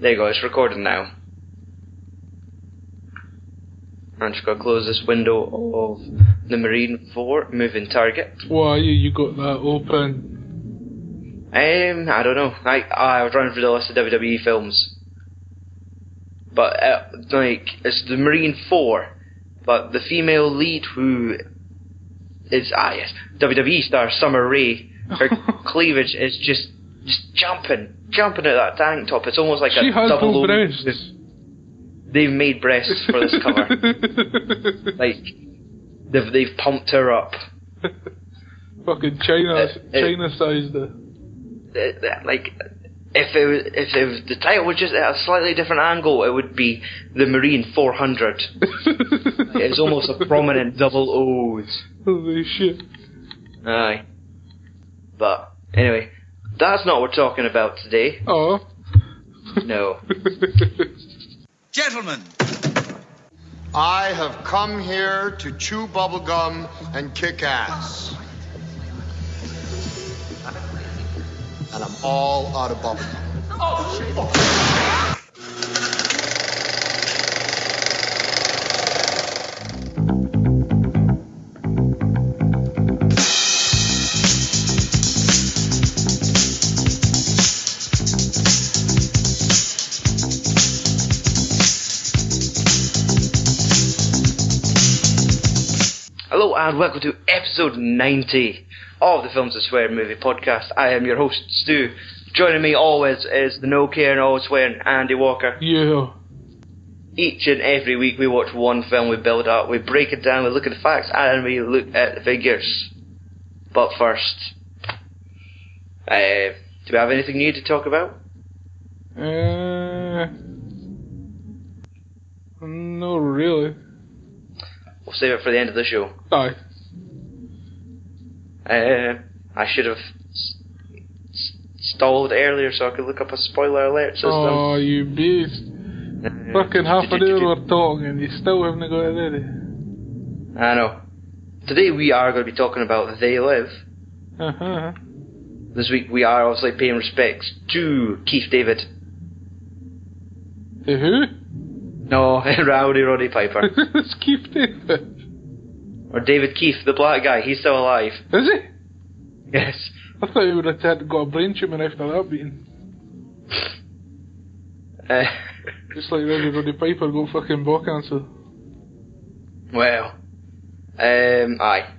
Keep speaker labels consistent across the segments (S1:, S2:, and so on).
S1: There you go, it's recording now. I'm just gonna close this window of the Marine 4 moving target.
S2: Why you got that open?
S1: Um, I don't know. I I was running through the list of WWE films, but uh, like it's the Marine Four, but the female lead who is ah yes WWE star Summer Rae, her cleavage is just just jumping jumping at that tank top. It's almost like
S2: She
S1: a
S2: has
S1: double
S2: no
S1: O.
S2: breasts.
S1: They've made breasts for this cover. like they've they've pumped her up.
S2: Fucking China,
S1: Uh, uh,
S2: China sized it.
S1: th- th- like if it was, if it was, the title was just at a slightly different angle, it would be the Marine 400. It's almost a prominent double O's.
S2: Holy shit.
S1: Aye. But anyway, that's not what we're talking about today.
S2: Oh.
S1: No.
S3: Gentlemen,
S4: I have come here to chew bubblegum and kick ass. And I'm all out of bubblegum.
S1: Hello and welcome to episode 90 of the Films That Swear Movie Podcast. I am your host Stu. Joining me always is the no care and always swearing Andy Walker.
S2: yeah.
S1: each and every week we watch one film, we build up, we break it down, we look at the facts, and we look at the figures. But first, uh, do we have anything new to talk about?
S2: Uh, no, really.
S1: We'll save it for the end of the show.
S2: Aye.
S1: Uh, I should have s- s- stalled earlier so I could look up a spoiler alert system.
S2: Oh, you beast.
S1: Uh,
S2: Fucking half an
S1: do-do-do-do.
S2: hour we're talking and you still haven't got it ready.
S1: I know. Today we are going to be talking about They Live.
S2: Uh-huh.
S1: This week we are obviously paying respects to Keith David.
S2: The who?
S1: No, Rowdy Roddy Piper.
S2: it's Keith David.
S1: Or David Keith, the black guy, he's still alive.
S2: Is he?
S1: Yes.
S2: I thought he would have had- got a brain tumour after that beating.
S1: Uh,
S2: Just like Roddy Roddy Piper got fucking ball cancer.
S1: well, um, aye.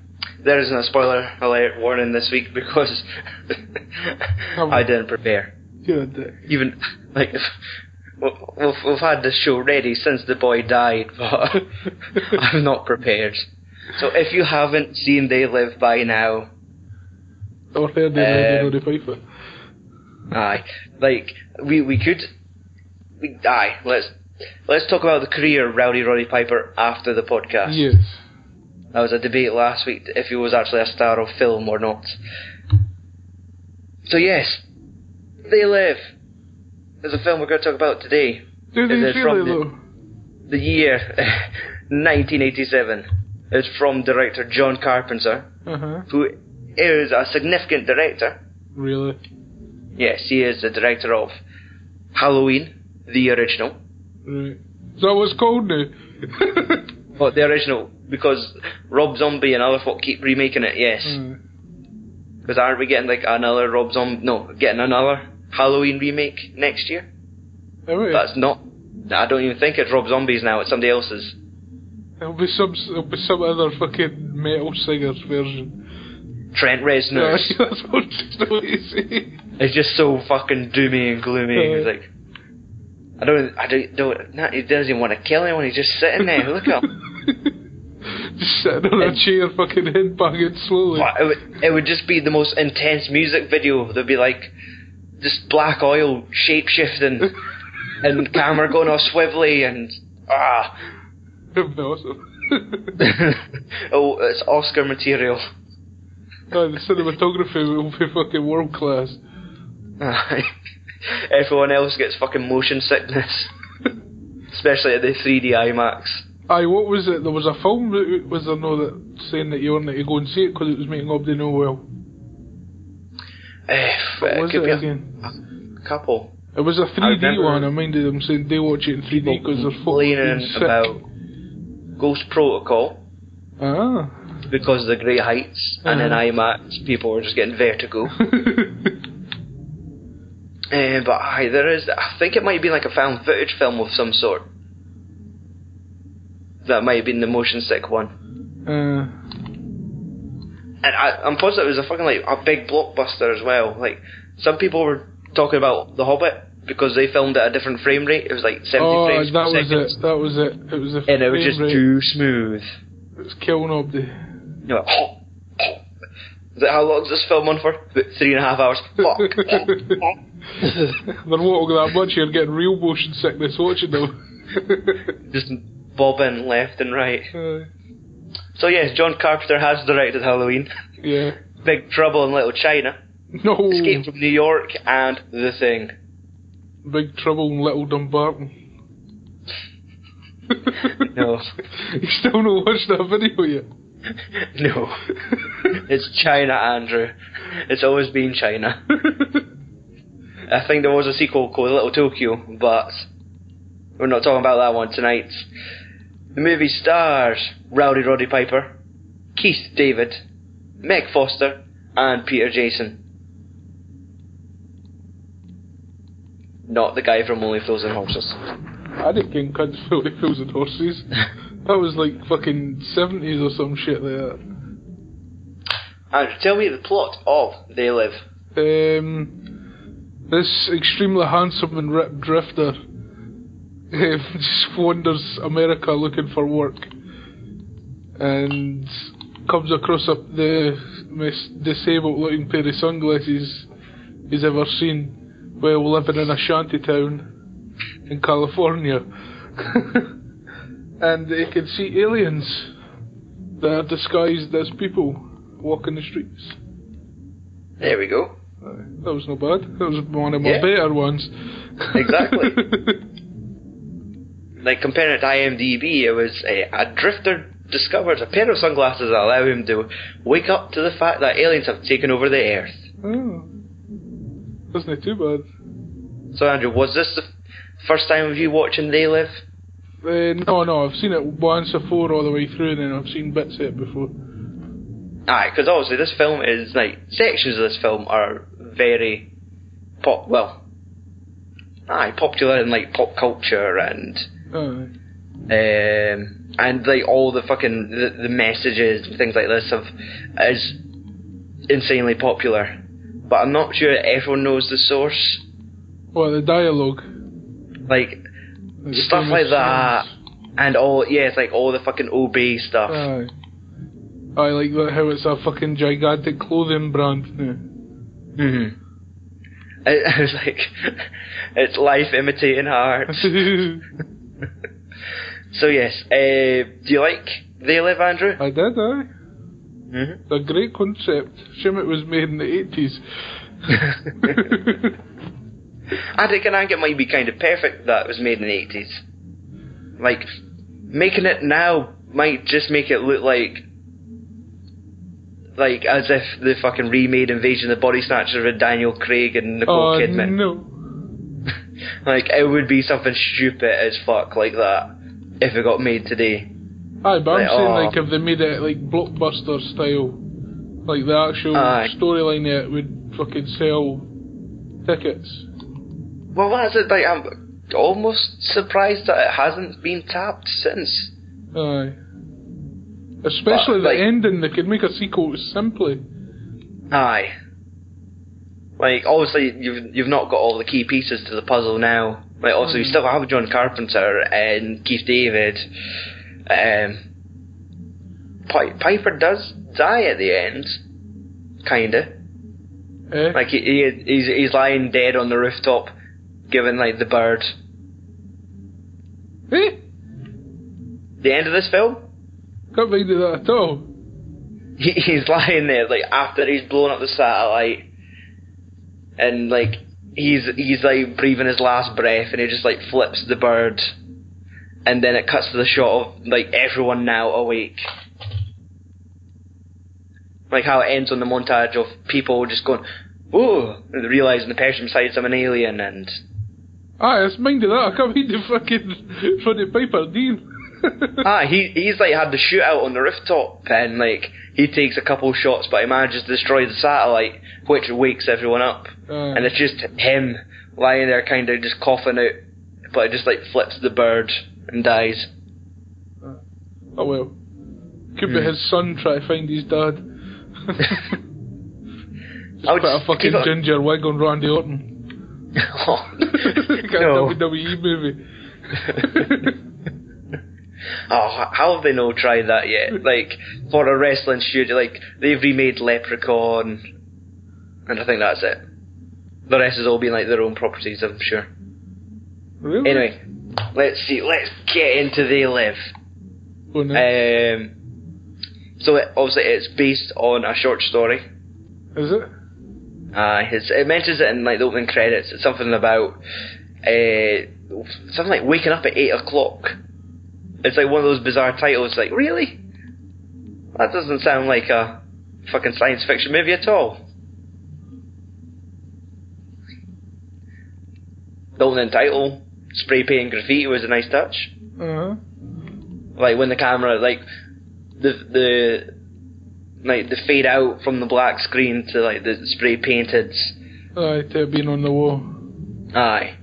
S1: There isn't a spoiler alert warning this week because I didn't prepare.
S2: You're a dick.
S1: Even like we've, we've- we've had this show ready since the boy died, but I'm not prepared. So if you haven't seen They Live by now,
S2: Or heard
S1: Um,
S2: Roddy Roddy Piper.
S1: Aye, like we we could. We, aye, let's let's talk about the career of Rowdy Roddy Piper after the podcast.
S2: Yes.
S1: That was a debate last week if he was actually a star of film or not. So yes, They Live is a film we're going to talk about today.
S2: Do they
S1: Is it
S2: really
S1: from the-
S2: though?
S1: The year 1987. It's from director John Carpenter,
S2: Uh-huh.
S1: who is a significant director.
S2: Really?
S1: Yes, he is the director of Halloween, the original.
S2: Right. Is that what's called now?
S1: But the original, because Rob Zombie and other folk keep remaking it, yes.
S2: Uh,
S1: Because aren't we getting like another Rob Zombie? No, getting another Halloween remake next year.
S2: anyway,
S1: That's not. I don't even think it's Rob Zombie's now. It's somebody else's.
S2: it'll be some it'll be some other fucking metal singer's version.
S1: Trent Reznor.
S2: That's what it's always saying.
S1: It's just so fucking doomy and gloomy. It's
S2: Uh.
S1: like. I don't. I don't. don't not, he doesn't even want to kill anyone. He's just sitting there. Look at him.
S2: Just sitting on a
S1: It's-
S2: chair, fucking head banging slowly.
S1: But it would, it would just be the most intense music video. There'd be like just black oil shape shifting and camera going all swivelly and ah.
S2: That'd be awesome.
S1: oh, it's Oscar material.
S2: No, the cinematography will be fucking world class.
S1: Everyone else gets fucking motion sickness, especially at the 3D IMAX.
S2: Aye, what was it? There was a film that was there no that saying that you wanted to go and see it because it was making up the no well.
S1: Eh, f-
S2: What
S1: it
S2: was
S1: Eh, could
S2: it
S1: be a
S2: again?
S1: couple.
S2: It was a 3D
S1: remember-
S2: one. I minded them saying they watch it in 3D because they're fucking
S1: complaining
S2: sick.
S1: about Ghost Protocol
S2: Ah.
S1: because of the great heights, and in
S2: Uh-huh.
S1: IMAX people were just getting vertigo. Eh, but aye, there is. I think it might have been like a found footage film of some sort. That might have been the motion sick one.
S2: uh,
S1: And I, I'm positive it was a fucking like a big blockbuster as well. Like some people were talking about The Hobbit because they filmed at a different frame rate. It was like 70
S2: oh,
S1: frames
S2: that
S1: per
S2: was
S1: second.
S2: it. That was it. It was a
S1: And it was just too smooth.
S2: It's killing Obdi.
S1: You're like, Is that how long's this film on for? About three and a half hours. Fuck.
S2: They're walking that much. You're getting real motion sickness watching them.
S1: just bobbing left and right.
S2: uh,
S1: So yes, John Carpenter has directed Halloween.
S2: yeah.
S1: Big Trouble in Little China,
S2: No.
S1: Escape from New York, and The Thing.
S2: Big Trouble in Little Dumbarton.
S1: No.
S2: You still not watched that video yet?
S1: No. It's China, Andrew. It's always been China. I think there was a sequel called Little Tokyo, but we're not talking about that one tonight. The movie stars Rowdy Roddy Piper, Keith David, Meg Foster, and Peter Jason. Not the guy from Only Fools and Horses.
S2: I didn't get cunts for like thousand horses. That was like fucking seventies or some shit like that.
S1: Andrew, tell me the plot of They Live.
S2: Um, this extremely handsome and ripped drifter um, just wanders America looking for work and comes across a, the most disabled looking pair of sunglasses he's ever seen while living in a shanty town in California. and he can see aliens that are disguised as people walking the streets.
S1: There we go.
S2: That was not bad. That was one of my
S1: Yeah.
S2: better ones.
S1: Exactly. like comparing it to IMDb, it was a, a drifter discovers a pair of sunglasses that allow him to wake up to the fact that aliens have taken over the Earth.
S2: oh, that's not too bad.
S1: So, Andrew, was this the f- first time of you watching They Live?
S2: Uh, no, no, I've seen it once before all the way through, and then I've seen bits of it before.
S1: Aye, because obviously this film is like sections of this film are very pop. Well, aye, popular in like pop culture and
S2: Aye.
S1: um, and like all the fucking the, the messages and things like this of is insanely popular. But I'm not sure everyone knows the source.
S2: Well, the dialogue.
S1: Like
S2: the
S1: Stuff like
S2: famous
S1: that.
S2: scenes.
S1: and all yeah, it's like all the fucking OB stuff.
S2: Aye. I like that how it's a fucking gigantic clothing brand now.
S1: hmm I, I was like, it's life imitating art. so yes, uh, do you like They Live, Andrew?
S2: I did, aye.
S1: Mm-hmm.
S2: A great concept. Shame it was made in the mm-hmm. 80s.
S1: I think an angle might be kind of perfect that it was made in the eighties. Like making it now might just make it look like like as if the fucking remade Invasion of the Body Snatchers with Daniel Craig and Nicole
S2: oh,
S1: Kidman.
S2: no.
S1: Like it would be something stupid as fuck like that if it got made today.
S2: Aye, but I'm
S1: Like,
S2: saying
S1: oh.
S2: like if they made it like blockbuster style, like the actual
S1: Aye.
S2: storyline, it would fucking sell tickets.
S1: Well, that's it. Like I'm almost surprised that it hasn't been tapped since.
S2: Aye. Especially
S1: But,
S2: the
S1: like-
S2: ending, they could make a sequel to simply.
S1: Aye. Like obviously you've you've not got all the key pieces to the puzzle now. Like also you still have John Carpenter and Keith David. Um, Pi- Piper does die at the end, kinda.
S2: Eh?
S1: Like he, he he's he's lying dead on the rooftop, given like the bird.
S2: eh?
S1: The end of this film,
S2: Can't find it that at all.
S1: he, he's lying there like after he's blown up the satellite, and like he's he's like breathing his last breath, and he just like flips the bird, and then it cuts to the shot of like everyone now awake, like how it ends on the montage of people just going, "Ooh," and realizing the person besides them an alien, and
S2: Aye, it's minded that. I can't mind the fucking Roddy Piper Dean.
S1: Ah, he he's like had the shootout on the rooftop, and like he takes a couple shots, but he manages to destroy the satellite, which wakes everyone up,
S2: Aye.
S1: and it's just him lying there, kind of just coughing out, but it just like flips the bird and dies.
S2: Oh well. Could be
S1: Hmm.
S2: his son trying to find his dad.
S1: would
S2: just put a
S1: just
S2: fucking
S1: keep it-
S2: ginger wig on Randy Orton. like a
S1: no.
S2: WWE movie.
S1: Oh, how have they not tried that yet? Like for a wrestling studio, like they've remade Leprechaun, and I think that's it. The rest has all been like their own properties, I'm sure.
S2: Really?
S1: Anyway, let's see. Let's get into They Live.
S2: Oh, no.
S1: Um, so it, obviously it's based on a short story.
S2: Is it?
S1: Uh, his, it mentions it in like the opening credits. It's something about uh, something like waking up at eight o'clock. It's like one of those bizarre titles. Like really, that doesn't sound like a fucking science fiction movie at all. The opening title, spray paint and graffiti, was a nice touch
S2: Uh-huh.
S1: like when the camera like the the like the fade out from the black screen to like the spray painted
S2: Aye, to being on the wall.
S1: aye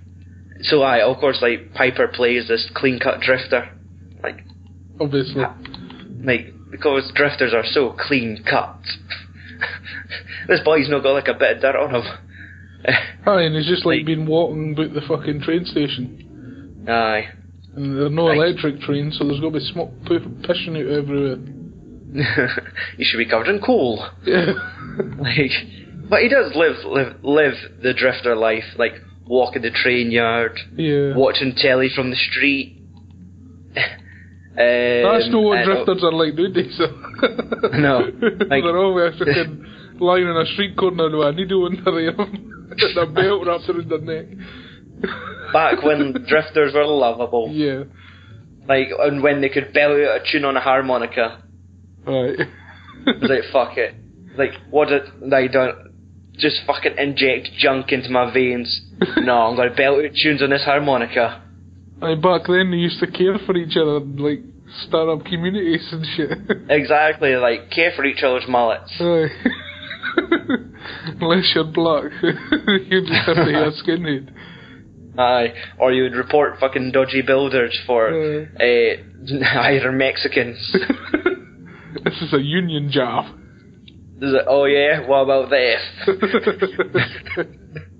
S1: so aye of course like Piper plays this clean cut drifter like
S2: Obviously.
S1: like because drifters are so clean cut this boy's not got like a bit of dirt on him
S2: Aye, and he's just like,
S1: Like-
S2: been walking about the fucking train station.
S1: aye
S2: And there are no
S1: Right.
S2: electric trains, so there's got to be smoke p- pissing out everywhere.
S1: you should be covered in coal
S2: Yeah.
S1: Like, but he does live live live the drifter life, like walking the train yard,
S2: yeah.
S1: watching telly from the street. Um,
S2: That's not what
S1: and-
S2: drifters are like nowadays. So.
S1: No, like-
S2: They're always fucking lying in a street corner with a needle under them and a belt wrapped around their neck.
S1: Back when drifters were lovable,
S2: yeah,
S1: like, and when they could belly out a tune on a harmonica,
S2: right.
S1: it was like fuck it, like what did they don't just fucking inject junk into my veins? No, I'm gonna belt out tunes on this harmonica.
S2: Aye, back then they used to care for each other and like start up communities and shit.
S1: Exactly, like care for each other's mullets.
S2: Aye. Unless you're black, you just have to be a skinhead.
S1: Aye, or you would report fucking dodgy builders for
S2: Aye.
S1: uh, either Mexicans.
S2: this is a union job.
S1: Is it, oh yeah, what about this?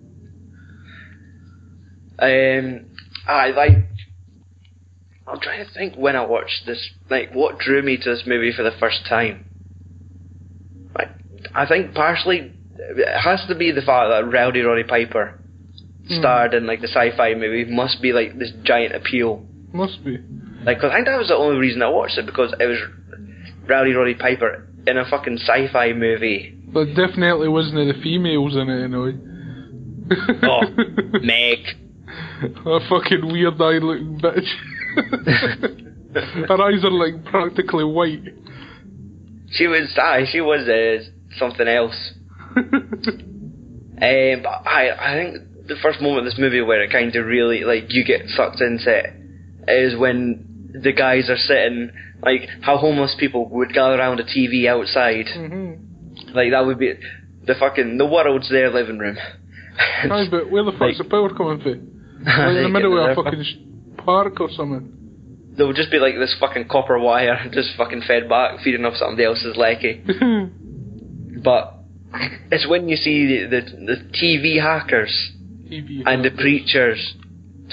S1: um, I like. I'm trying to think when I watched this. Like, what drew me to this movie for the first time? Like, I think partially it has to be the fact that Rowdy Roddy Piper starred in like the sci-fi movie must be like this giant appeal.
S2: Must be.
S1: Like, 'cause I think that was the only reason I watched it because it was Rowdy Roddy Piper in a fucking sci-fi movie.
S2: But definitely wasn't the females in it anyway.
S1: Oh, Meg.
S2: a fucking weird eye looking bitch. Her eyes are like practically white.
S1: She was, aye, she was uh, something else. Um, but I, I think the first moment of this movie where it kind of really like you get sucked into it is when the guys are sitting like how homeless people would gather around a TV outside.
S2: hmm
S1: Like that would be the fucking the world's their living room.
S2: Aye, but where the
S1: Like-
S2: fuck's the power coming from? Like in the middle of a fucking sh- park or something.
S1: There would just be like this fucking copper wire just fucking fed back, feeding off somebody else's lecky. But it's when you see the, the, the TV hackers
S2: TV.
S1: and the preachers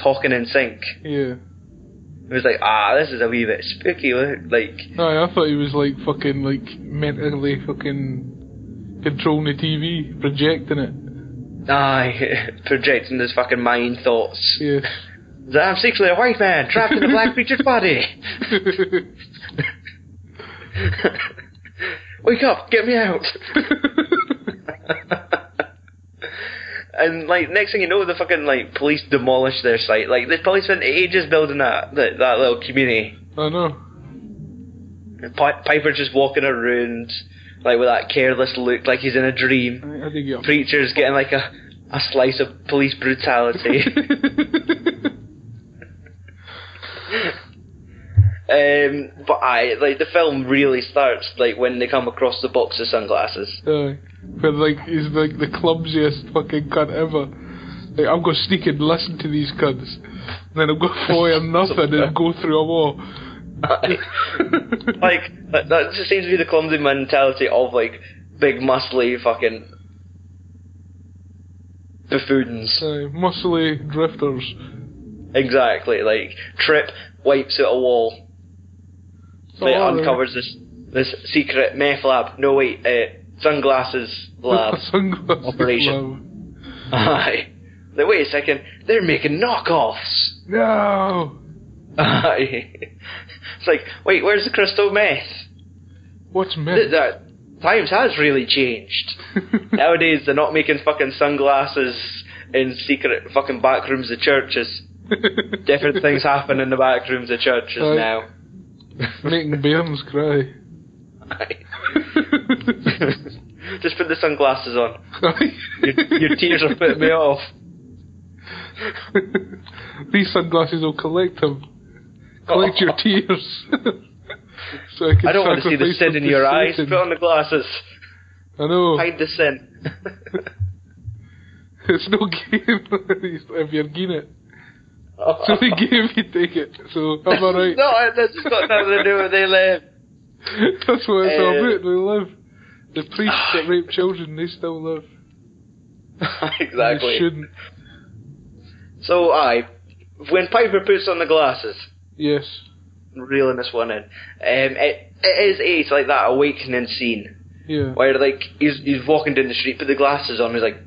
S1: talking in sync.
S2: Yeah.
S1: It was like, ah, this is a wee bit spooky. look, Like,
S2: Aye, I thought he was like fucking like mentally fucking controlling the TV, projecting it.
S1: aye, projecting his fucking mind thoughts.
S2: Yeah.
S1: That I'm secretly a white man trapped in a black preacher's body. Wake up, get me out. And like next thing you know, the fucking like police demolish their site. Like the police spent ages building that that, that little community.
S2: I know.
S1: Pi Piper just walking around like with that careless look, like he's in a dream.
S2: I, I think you
S1: Preacher's getting like a a slice of police brutality. eh? um, but I like the film really starts like when they come across the box of sunglasses.
S2: Aye. But Uh, like he's like the clumsiest fucking cunt ever. Like I'm gonna sneak and listen to these cunts. And then I'm gonna foil nothing and go through 'em all.
S1: like that, that just seems to be the clumsy mentality of like big muscly fucking buffoons.
S2: Aye, muscly drifters.
S1: Exactly. Like Trip wipes at a wall. They
S2: Oh,
S1: uncovers this this secret meth lab. No wait, uh, sunglasses lab.
S2: Sunglasses
S1: Operation. Aye. Like, wait a second, they're making knockoffs.
S2: lab. No.
S1: Aye. It's like, wait, where's the crystal meth?
S2: What's
S1: Th-
S2: meant?
S1: that times has really changed. Nowadays, they're not making fucking sunglasses in secret fucking back rooms of churches. Different things happen in the back rooms of churches
S2: Aye.
S1: now.
S2: Making bairns cry.
S1: Aye. Just put the sunglasses on. Your, your tears are putting me off.
S2: These sunglasses will collect them. Collect your tears. so I, can
S1: Oh. I don't want to see the
S2: sacrifice
S1: sin
S2: them
S1: in your
S2: to
S1: eyes.
S2: Satan.
S1: Put on the glasses.
S2: I know.
S1: Hide the sin.
S2: It's no game if you're getting it.
S1: oh.
S2: It's only game if you take it. So I'm alright.
S1: no, that's just got nothing to do with they live.
S2: That's what it's all
S1: Uh,
S2: about. They live. The priests that rape children, they still live. They
S1: exactly.
S2: shouldn't.
S1: So I, when Piper puts on the glasses,
S2: Yes.
S1: reeling this one in, um, it, it is it's like that awakening scene
S2: Yeah.
S1: where like he's he's walking down the street, put the glasses on, he's like,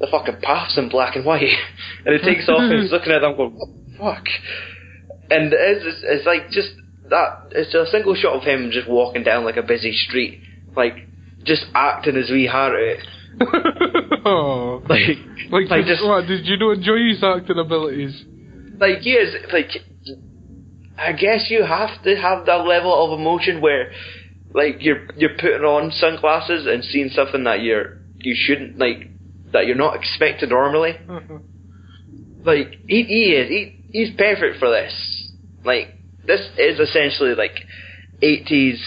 S1: the fucking path's in black and white, and he takes off and he's looking at them going, what the fuck, and it's, it's it's like just that it's a single shot of him just walking down like a busy street, like just acting his wee heart out.
S2: oh.
S1: eh? Like,
S2: Like,
S1: like
S2: did,
S1: just
S2: what, did you not enjoy his acting abilities?
S1: like he is like I guess you have to have that level of emotion where like you're you're putting on sunglasses and seeing something that you're you shouldn't like that you're not expected normally. Like he, he is he, he's perfect for this. Like this is essentially like eighties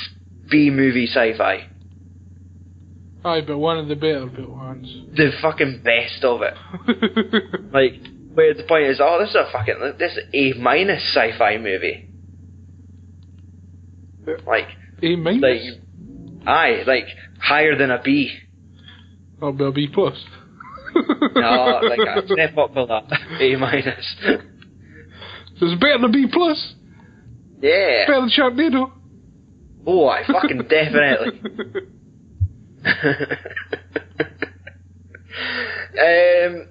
S1: B movie sci fi.
S2: Aye, but one of the better bit ones.
S1: The fucking best of it. Like where the point is, oh this is a fucking this is A minus sci fi movie. Like
S2: A
S1: like
S2: minus?
S1: aye, like higher than a B.
S2: Or a B plus?
S1: No, like a step up for that. A minus.
S2: So it's better than B plus.
S1: Yeah.
S2: Better than Sharknado.
S1: Oh, I fucking definitely. um,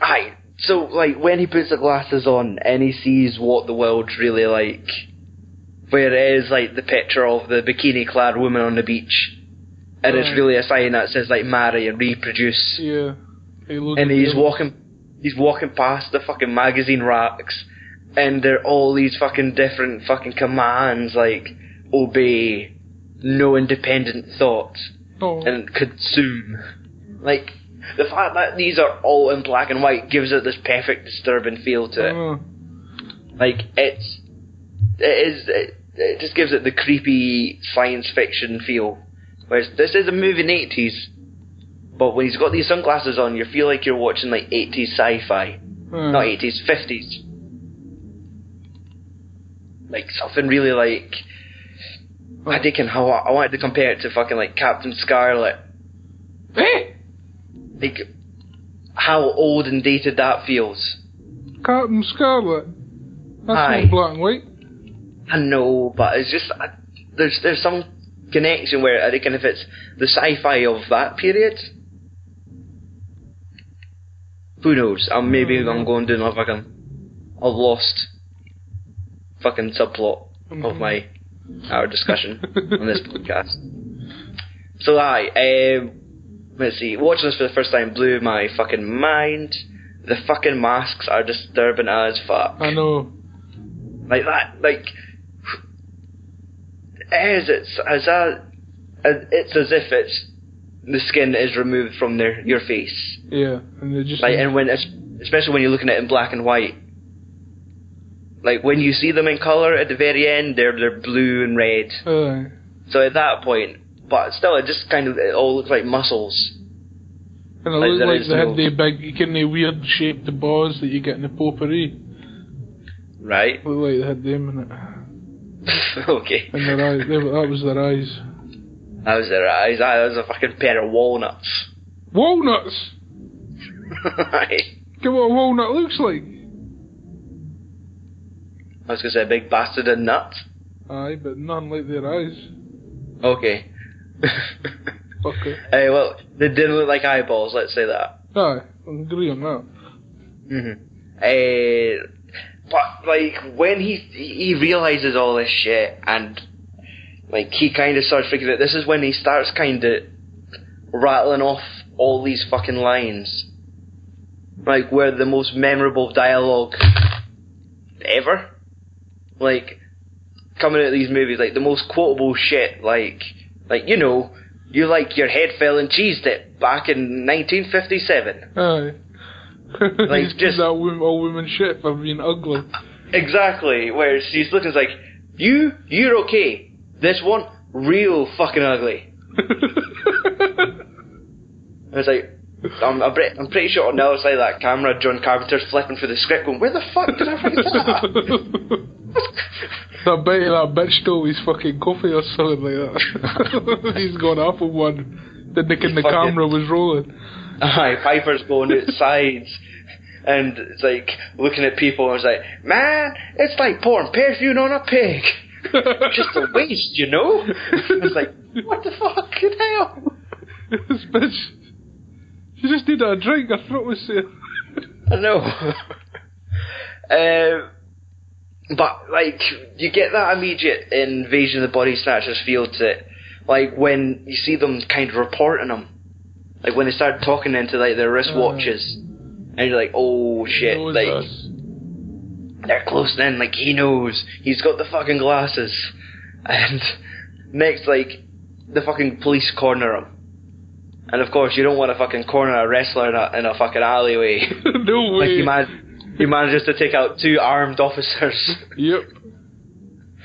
S1: aye. So like when he puts the glasses on and he sees what the world's really like, where it is like the picture of the bikini-clad woman on the beach, and it's
S2: Right.
S1: really a sign that says like marry and reproduce.
S2: yeah. Hey, look
S1: and
S2: at
S1: he's
S2: him.
S1: walking he's walking past the fucking magazine racks and there are all these fucking different fucking commands like obey no independent thought
S2: Oh.
S1: and consume like the fact that these are all in black and white gives it this perfect disturbing feel to it
S2: Oh.
S1: like it's it is it, it just gives it the creepy science fiction feel. Whereas this is a movie in the eighties, but when he's got these sunglasses on, you feel like you're watching like eighties sci-fi,
S2: Uh,
S1: not eighties, fifties. Like something really like I think in how I wanted to compare it to fucking like Captain Scarlet,
S2: Hey!
S1: like how old and dated that feels.
S2: Captain Scarlet. That's
S1: Aye.
S2: not black and white.
S1: I know, but it's just I, there's there's some connection where I reckon if it's the sci-fi of that period, who knows? I'm maybe I'm going down a fucking a lost fucking subplot of
S2: Mm-hmm.
S1: my our discussion on this podcast. So I um, let's see, watching this for the first time blew my fucking mind. The fucking masks are disturbing as fuck.
S2: I know.
S1: Like that, like as it's as a, as it's as if it's the skin is removed from their your face.
S2: Yeah, and they just
S1: Like, and when es- especially when you're looking at it in black and white. Like when you see them in color at the very end, they're they're blue and red.
S2: Aye.
S1: So at that point, but still, it just kind of it all looks like muscles.
S2: And it
S1: Like,
S2: looked
S1: there
S2: like
S1: is
S2: they
S1: no-
S2: had the big, you kind of weird shaped balls that you get in the potpourri.
S1: Right.
S2: Looked like they had them in it.
S1: okay.
S2: And their eyes, they, that was their eyes.
S1: That was their eyes. That was a fucking pair of walnuts.
S2: Walnuts!
S1: Right.
S2: Get what a walnut looks like!
S1: I was gonna say a big bastard and nut.
S2: Aye, but none like their eyes.
S1: Okay.
S2: Fuck it.
S1: Hey, well, they didn't look like eyeballs. Let's say that.
S2: Aye, I agree on that.
S1: Mm-hmm. Uh, but like when he he realizes all this shit and like he kind of starts figuring it. This is when he starts kind of rattling off all these fucking lines, like where the most memorable dialogue ever, like coming at these movies, like the most quotable shit, like like you know. You like your head fell and cheesed it back in 1957.
S2: Aye.
S1: Like,
S2: He's
S1: just-
S2: just that woman, all woman shit for being ugly.
S1: Exactly, where she's looking it's like, you, you're okay. This one, real fucking ugly. I was like, I'm, I'm, pre- I'm pretty sure on the other side of that camera, John Carpenter's flipping through the script going, where the fuck did I find that?
S2: I bet you that bitch stole his fucking coffee or something like that. He's gone off on one. The nick in the
S1: Fuck it.
S2: camera was rolling.
S1: Aye, Piper's going outside. And it's like looking at people, and I was like, "Man, it's like pouring perfume on a pig. Just a waste, you know." I was like, "What the fucking hell?"
S2: this bitch. She just needed a drink, her throat was sore.
S1: I know. um, but like you get that immediate invasion of the body snatchers feel to it, like when you see them kind of reporting them, like when they start talking into like their wristwatches, and you're like, oh shit,
S2: Knows
S1: like
S2: us.
S1: they're close in, like he knows, he's got the fucking glasses, and next like the fucking police corner him. And of course, you don't want to fucking corner a wrestler in a, in a fucking alleyway.
S2: no
S1: Like
S2: way.
S1: he, man- he manages to take out two armed officers,
S2: Yep.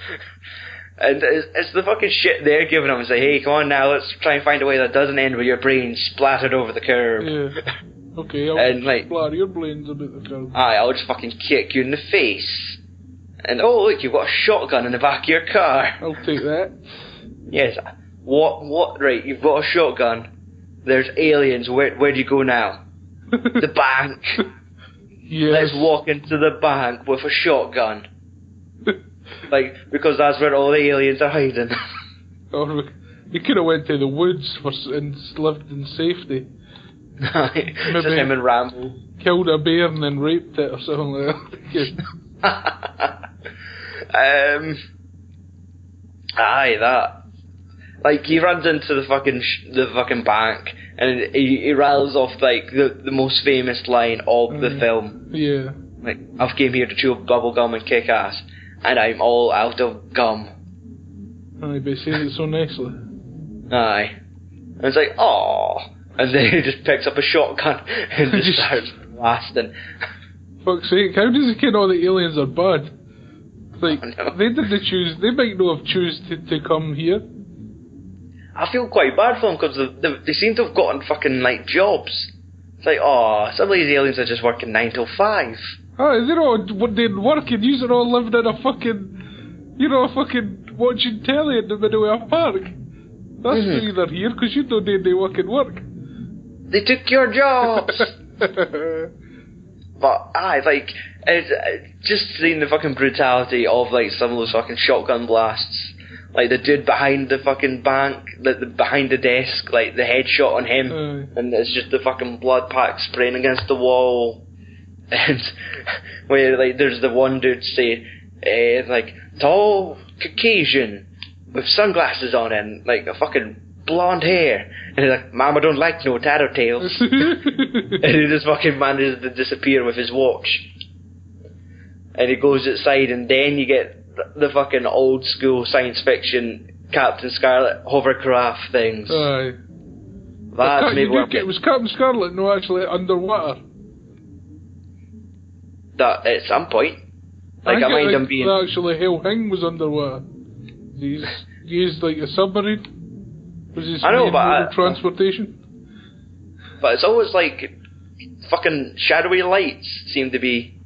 S1: and it's, it's the fucking shit they're giving him. It's like, hey, come on now, let's try and find a way that doesn't end with your brain splattered over the curb.
S2: Yeah. Okay, I'll
S1: And, like-
S2: splatter your brains about the curb.
S1: Aye, I'll just fucking kick you in the face. And oh look, you've got a shotgun in the back of your car.
S2: I'll take that.
S1: Yes. What? What? Right, you've got a shotgun. There's aliens. Where? Where do you go now? The bank.
S2: yes.
S1: Let's walk into the bank with a shotgun. Like because that's where all the aliens are hiding.
S2: Or we- Oh, you could have went to the woods for, s- and s- lived in safety.
S1: it's just
S2: Maybe.
S1: him and Rambo.
S2: Killed a bear and then raped it or something like that. Yeah.
S1: um, aye, that. Like he runs into the fucking sh- the fucking bank, and he, he rattles off like the, the most famous line of the
S2: Mm.
S1: film.
S2: yeah.
S1: Like I've came here to chew bubble gum and kick ass, and I'm all out of gum.
S2: Aye, but he says it so nicely.
S1: Aye, and it's like oh, and then he just picks up a shotgun and just
S2: Just-
S1: starts blasting.
S2: Fuck's sake, how does he kid all the aliens are bad? Like,
S1: I know.
S2: they didn't choose, they might not have choose to, to come here.
S1: I feel quite bad for them because they, they, they seem to have gotten fucking like jobs. It's like, oh, some of these aliens are just working nine till five.
S2: Aye, they're all what they're working, you're all living in a fucking, you know, fucking watching telly in the middle of a park. That's
S1: Mhm.
S2: why they're here, because you don't need to fucking work.
S1: They took your jobs. but I like it's, uh, just seeing the fucking brutality of like some of those fucking shotgun blasts. Like the dude behind the fucking bank, like the behind the desk, like the headshot on him,
S2: Aye.
S1: and it's just the fucking blood pack spraying against the wall. and where like there's the one dude say uh, like tall Caucasian with sunglasses on and like a fucking blonde hair and he's like mama don't like no tattletales and he just fucking manages to disappear with his watch and he goes outside and then you get th- the fucking old school science fiction Captain Scarlet hovercraft things
S2: Aye.
S1: That's
S2: Cat- Uh, you
S1: maybe
S2: do
S1: where I'm
S2: get-
S1: getting
S2: was Captain Scarlet no actually underwater?
S1: that at some point. Like I,
S2: get,
S1: mind him being
S2: Actually, Hell Hing was underwater. He's used like a submarine. Was his
S1: I know,
S2: main
S1: but
S2: mode
S1: I-
S2: of transportation?
S1: But it's always like fucking shadowy lights seem to be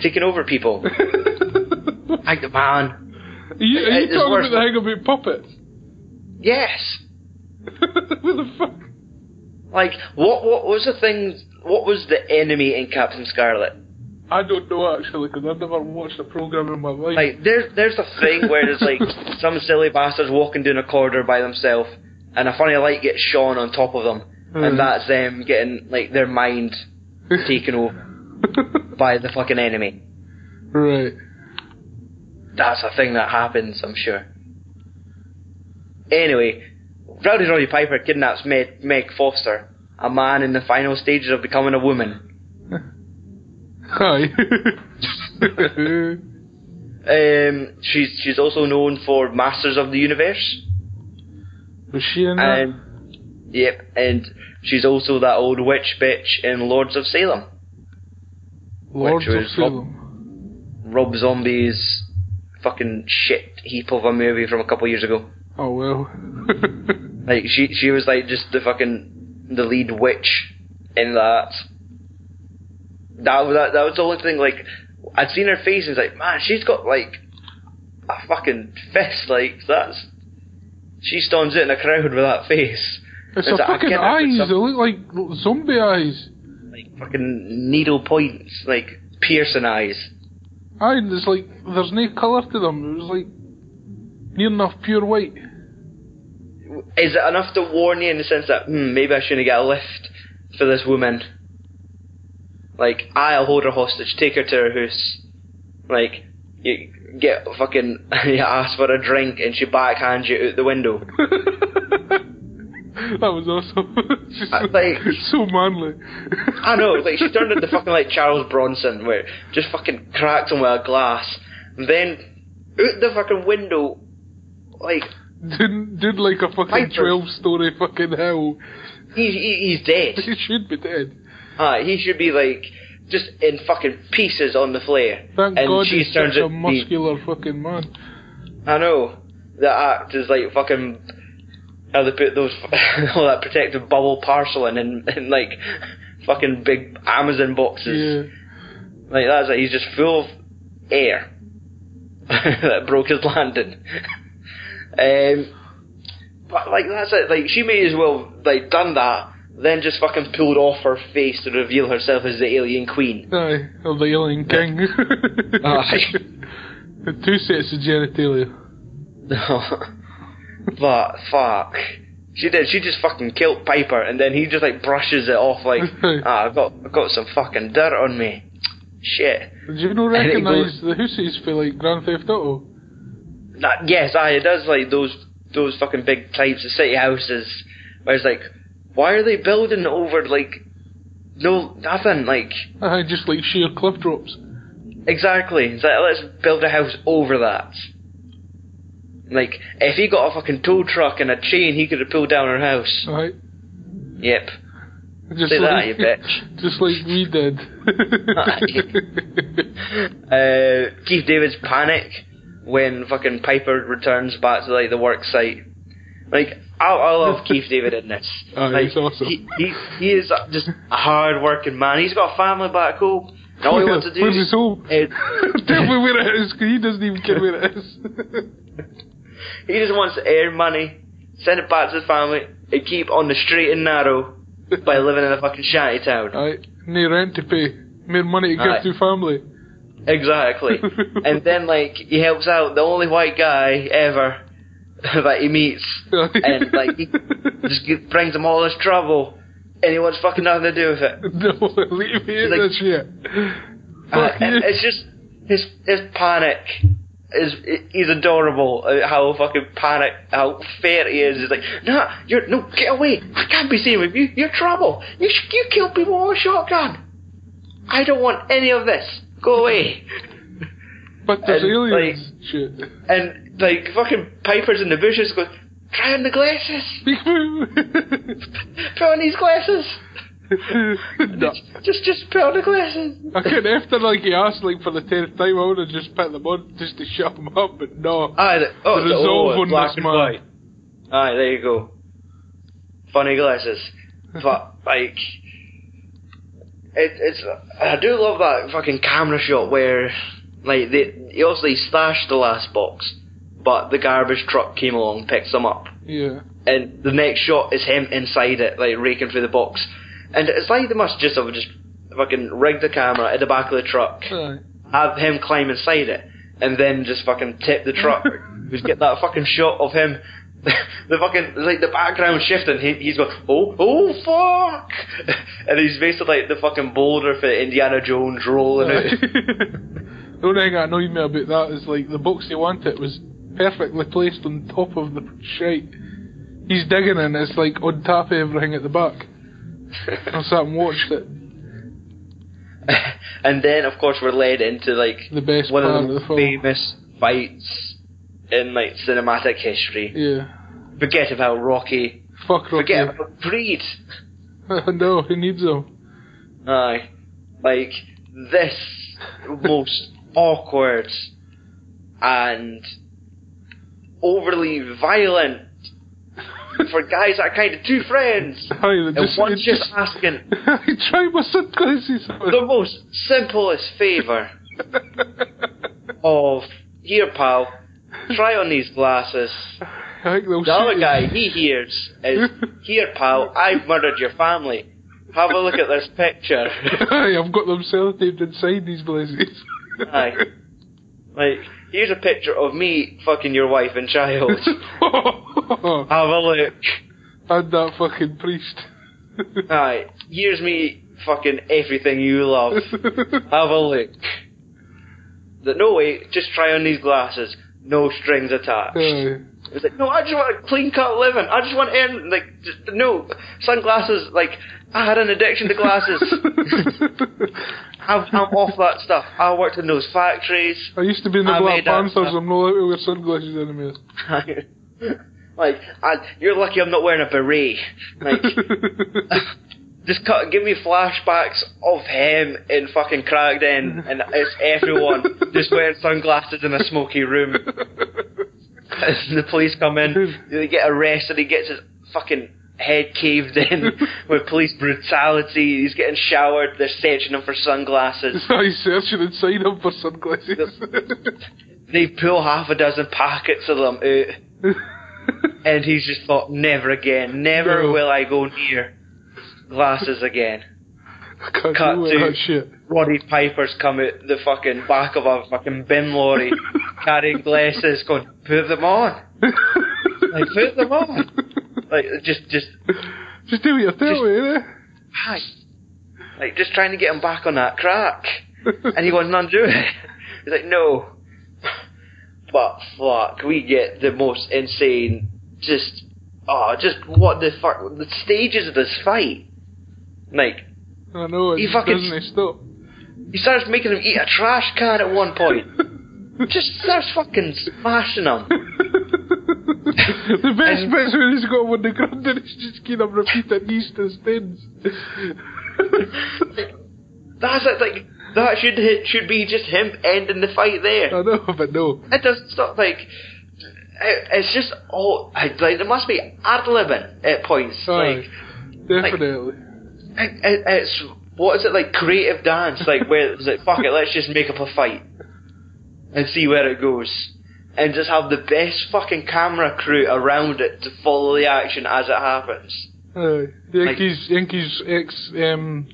S1: taking over people.
S2: are
S1: Like the man.
S2: you, are you
S1: It's
S2: talking
S1: worse
S2: about the Hang about puppets?
S1: Yes.
S2: what the fuck?
S1: Like what? What was the thing? What was the enemy in Captain Scarlet?
S2: I don't know actually, because I've never watched a program in my life.
S1: Like there's there's a thing where there's like some silly bastards walking down a corridor by themselves, and a funny light gets shone on top of them,
S2: Mhm.
S1: and that's them getting like their mind taken over by the fucking enemy.
S2: right.
S1: that's a thing that happens, I'm sure. Anyway, Rowdy Roddy Piper kidnaps Meg, Meg Foster, a man in the final stages of becoming a woman.
S2: Hi.
S1: Um, she's she's also known for Masters of the Universe,
S2: was she in that?
S1: and yep, and she's also that old witch bitch in Lords of Salem,
S2: Lords
S1: which
S2: of
S1: was-
S2: Salem.
S1: Rob Zombie's fucking shit heap of a movie from a couple years ago.
S2: Oh well.
S1: Like she she was like just the fucking the lead witch in that. That was that, that was the only thing like I'd seen her face and it's like man she's got like a fucking fist like that's she stands out in a crowd with that face.
S2: it's
S1: Is
S2: her
S1: that a
S2: fucking
S1: kid or
S2: eyes.
S1: something?
S2: They look like zombie eyes.
S1: Like fucking needle points, like piercing eyes.
S2: Aye, and it's like there's no colour to them. It was like near enough pure white.
S1: Is it enough to warn you in the sense that hmm, maybe I shouldn't get a lift for this woman? Like I'll hold her hostage, take her to her house. Like you get fucking you ask for a drink and she backhands you out the window.
S2: that was awesome. She's
S1: I- Uh, like-
S2: so manly.
S1: I know, it's like she turned into fucking like Charles Bronson, where just fucking cracked him with a glass, and then out the fucking window, like
S2: did Mm. did like a fucking
S1: Piper.
S2: twelve story fucking hell.
S1: he's he, he's dead.
S2: He should be dead.
S1: Uh, he should be like just in fucking pieces on the flare.
S2: Thank
S1: and
S2: God
S1: she
S2: he's
S1: turns
S2: such a
S1: out to be-
S2: muscular fucking man.
S1: I know. That act is like fucking how they put those all that protective bubble parcel in in, in like fucking big Amazon
S2: Yeah.
S1: boxes. Like that's it. He's just full of air that broke his landing. um, but like that's it. Like she may as well like done that, then just fucking pulled off her face to reveal herself as the alien queen.
S2: Aye, of the alien king.
S1: Aye.
S2: With Two sets of genitalia.
S1: but fuck. She did. She just fucking killed Piper, and then he just like brushes it off like, ah, I got I got some fucking dirt on me. Shit.
S2: Did you
S1: And
S2: not
S1: it
S2: recognise the hoosies for like Grand Theft Auto?
S1: That yes, aye, it does like those those fucking big types of city houses where it's like, why are they building over like no nothing like
S2: Aye, just like sheer cliff drops.
S1: exactly. It's like let's build a house over that. Like if he got a fucking tow truck and a chain, he could have pulled down her house.
S2: Aye.
S1: Yep.
S2: Just
S1: Say that,
S2: like,
S1: you bitch.
S2: Just like we did.
S1: uh, Keith David's panic when fucking Piper returns back to like the work site. Like I, I love Keith David in this.
S2: Oh,
S1: like,
S2: he's awesome.
S1: He, he he is uh, just a hard working man. He's got a family back home. And all he wants to do
S2: Where's
S1: is
S2: his home?
S1: It-
S2: Tell me where it is, 'cause he doesn't even care where it is.
S1: he just wants to earn money, send it back to his family, and keep on the straight and narrow by living in a fucking shanty town.
S2: Aye, no rent to pay, mere money to give
S1: Aye.
S2: to family.
S1: Exactly. and then like he helps out the only white guy ever that he meets. and like he just get, brings him all this trouble, and he wants fucking nothing to do with it.
S2: No, leave me in
S1: Like-
S2: this shit.
S1: Uh,
S2: Fuck
S1: and
S2: you.
S1: it's just his his panic is he's adorable. uh, How fucking panic, how fair he is. He's like, nah, you're no get away. I can't be seen with you. You're trouble. You sh- you kill people with a shotgun. I don't want any of this. Go away.
S2: But there's
S1: and,
S2: aliens. shit.
S1: And like fucking Piper's in the bushes going, Try on the glasses.
S2: Big Boo!
S1: Put on these glasses.
S2: no.
S1: Just, just put on the glasses.
S2: I could, after like he asked like for the tenth time, I would have just picked them on just to shut him up, but no.
S1: Aye, the, oh,
S2: The
S1: the,
S2: resolve
S1: oh,
S2: on
S1: black
S2: this
S1: and
S2: man.
S1: white. Aye, there you go. Funny glasses, but like, it, it's. I do love that fucking camera shot where, like, they he obviously stashed the last box, but the garbage truck came along, picks them up,
S2: Yeah.
S1: and the next shot is him inside it, like raking through the box, and it's like they must just have just fucking rigged the camera at the back of the truck
S2: Aye.
S1: have him climb inside it, and then just fucking tip the truck. just get that fucking shot of him. the fucking like the background shifting. He, he's going, oh, oh, fuck, and he's basically like the fucking boulder for Indiana Jones rolling out.
S2: the only thing that annoyed me about that is like the box you wanted was perfectly placed on top of the shite. He's digging and it's like on top of everything at the back. I sat and watched it.
S1: and then, of course, we're led into like
S2: The best
S1: one of
S2: part of
S1: the,
S2: the
S1: most
S2: film.
S1: famous fights in like cinematic history.
S2: Yeah.
S1: Forget about Rocky.
S2: Fuck Rocky.
S1: Forget about Creed.
S2: no, he needs him.
S1: Aye. Like, this most awkward and overly violent for guys that are kind of two friends.
S2: Aye, they
S1: And
S2: just,
S1: one's
S2: it
S1: just
S2: just-
S1: asking
S2: I tried my sunglasses
S1: the
S2: on.
S1: most simplest favour of, here pal, try on these glasses.
S2: I think they'll
S1: The
S2: shoot
S1: other
S2: you.
S1: guy he hears is, here pal, I've murdered your family. Have a look at this picture.
S2: Aye, I've got them sellotaped inside these blazes.
S1: Aye. Like, here's a picture of me fucking your wife and child.
S2: Oh.
S1: Have a look.
S2: and that fucking priest.
S1: Aye. Here's me fucking everything you love. Have a look. That no way, just try on these glasses. No strings attached.
S2: Aye.
S1: It's like, no, I just want a clean cut living. I just want to earn, like, just, no. Sunglasses, like, I had an addiction to glasses. I'm, I'm off that stuff. I worked in those factories.
S2: I used to be in the
S1: I
S2: Black
S1: Ah, made that
S2: Panthers.
S1: stuff.
S2: I'm not allowed to wear sunglasses anymore.
S1: like, I, you're lucky I'm not wearing a beret. Like, just cut, give me flashbacks of him in fucking Crackden, and it's everyone just wearing sunglasses in a smoky room. the police come in, they get arrested, he gets his fucking head caved in with police brutality, he's getting showered, they're searching him for sunglasses.
S2: He's searching inside him for sunglasses.
S1: They pull half a dozen packets of them out, and he's just thought, never again, never
S2: No.
S1: will I go near glasses again.
S2: I can't
S1: Cut
S2: deal with
S1: to-
S2: that shit.
S1: Roddy Piper's come out the fucking back of a fucking bin lorry carrying glasses going, put them on. Like, put them on. Like, just, just,
S2: Just do what you're told,
S1: hi. Like, just trying to get him back on that crack.
S2: innit?
S1: And he wasn't undo it. He's like, no. But fuck, we get the most insane, just, oh, just what the fuck, the stages of this fight. Like,
S2: I know, it
S1: He
S2: just
S1: fucking-
S2: doesn't stop.
S1: he starts making him eat a trash can at one point. Just starts fucking smashing him.
S2: the best
S1: And-
S2: bit's when he's got him on the ground and he's just keep him repeating these things.
S1: That's it, like that should hit, should be just him ending the fight there.
S2: I know, but no.
S1: It doesn't stop like it, it's just all I- like there must be ad libbing at points.
S2: Aye,
S1: Like
S2: definitely.
S1: it, it, it's what is it like creative dance? Like where it's like fuck it, let's just make up a fight and see where it goes, and just have the best fucking camera crew around it to follow the action as it happens.
S2: Aye. Yankees, Yankees ex um,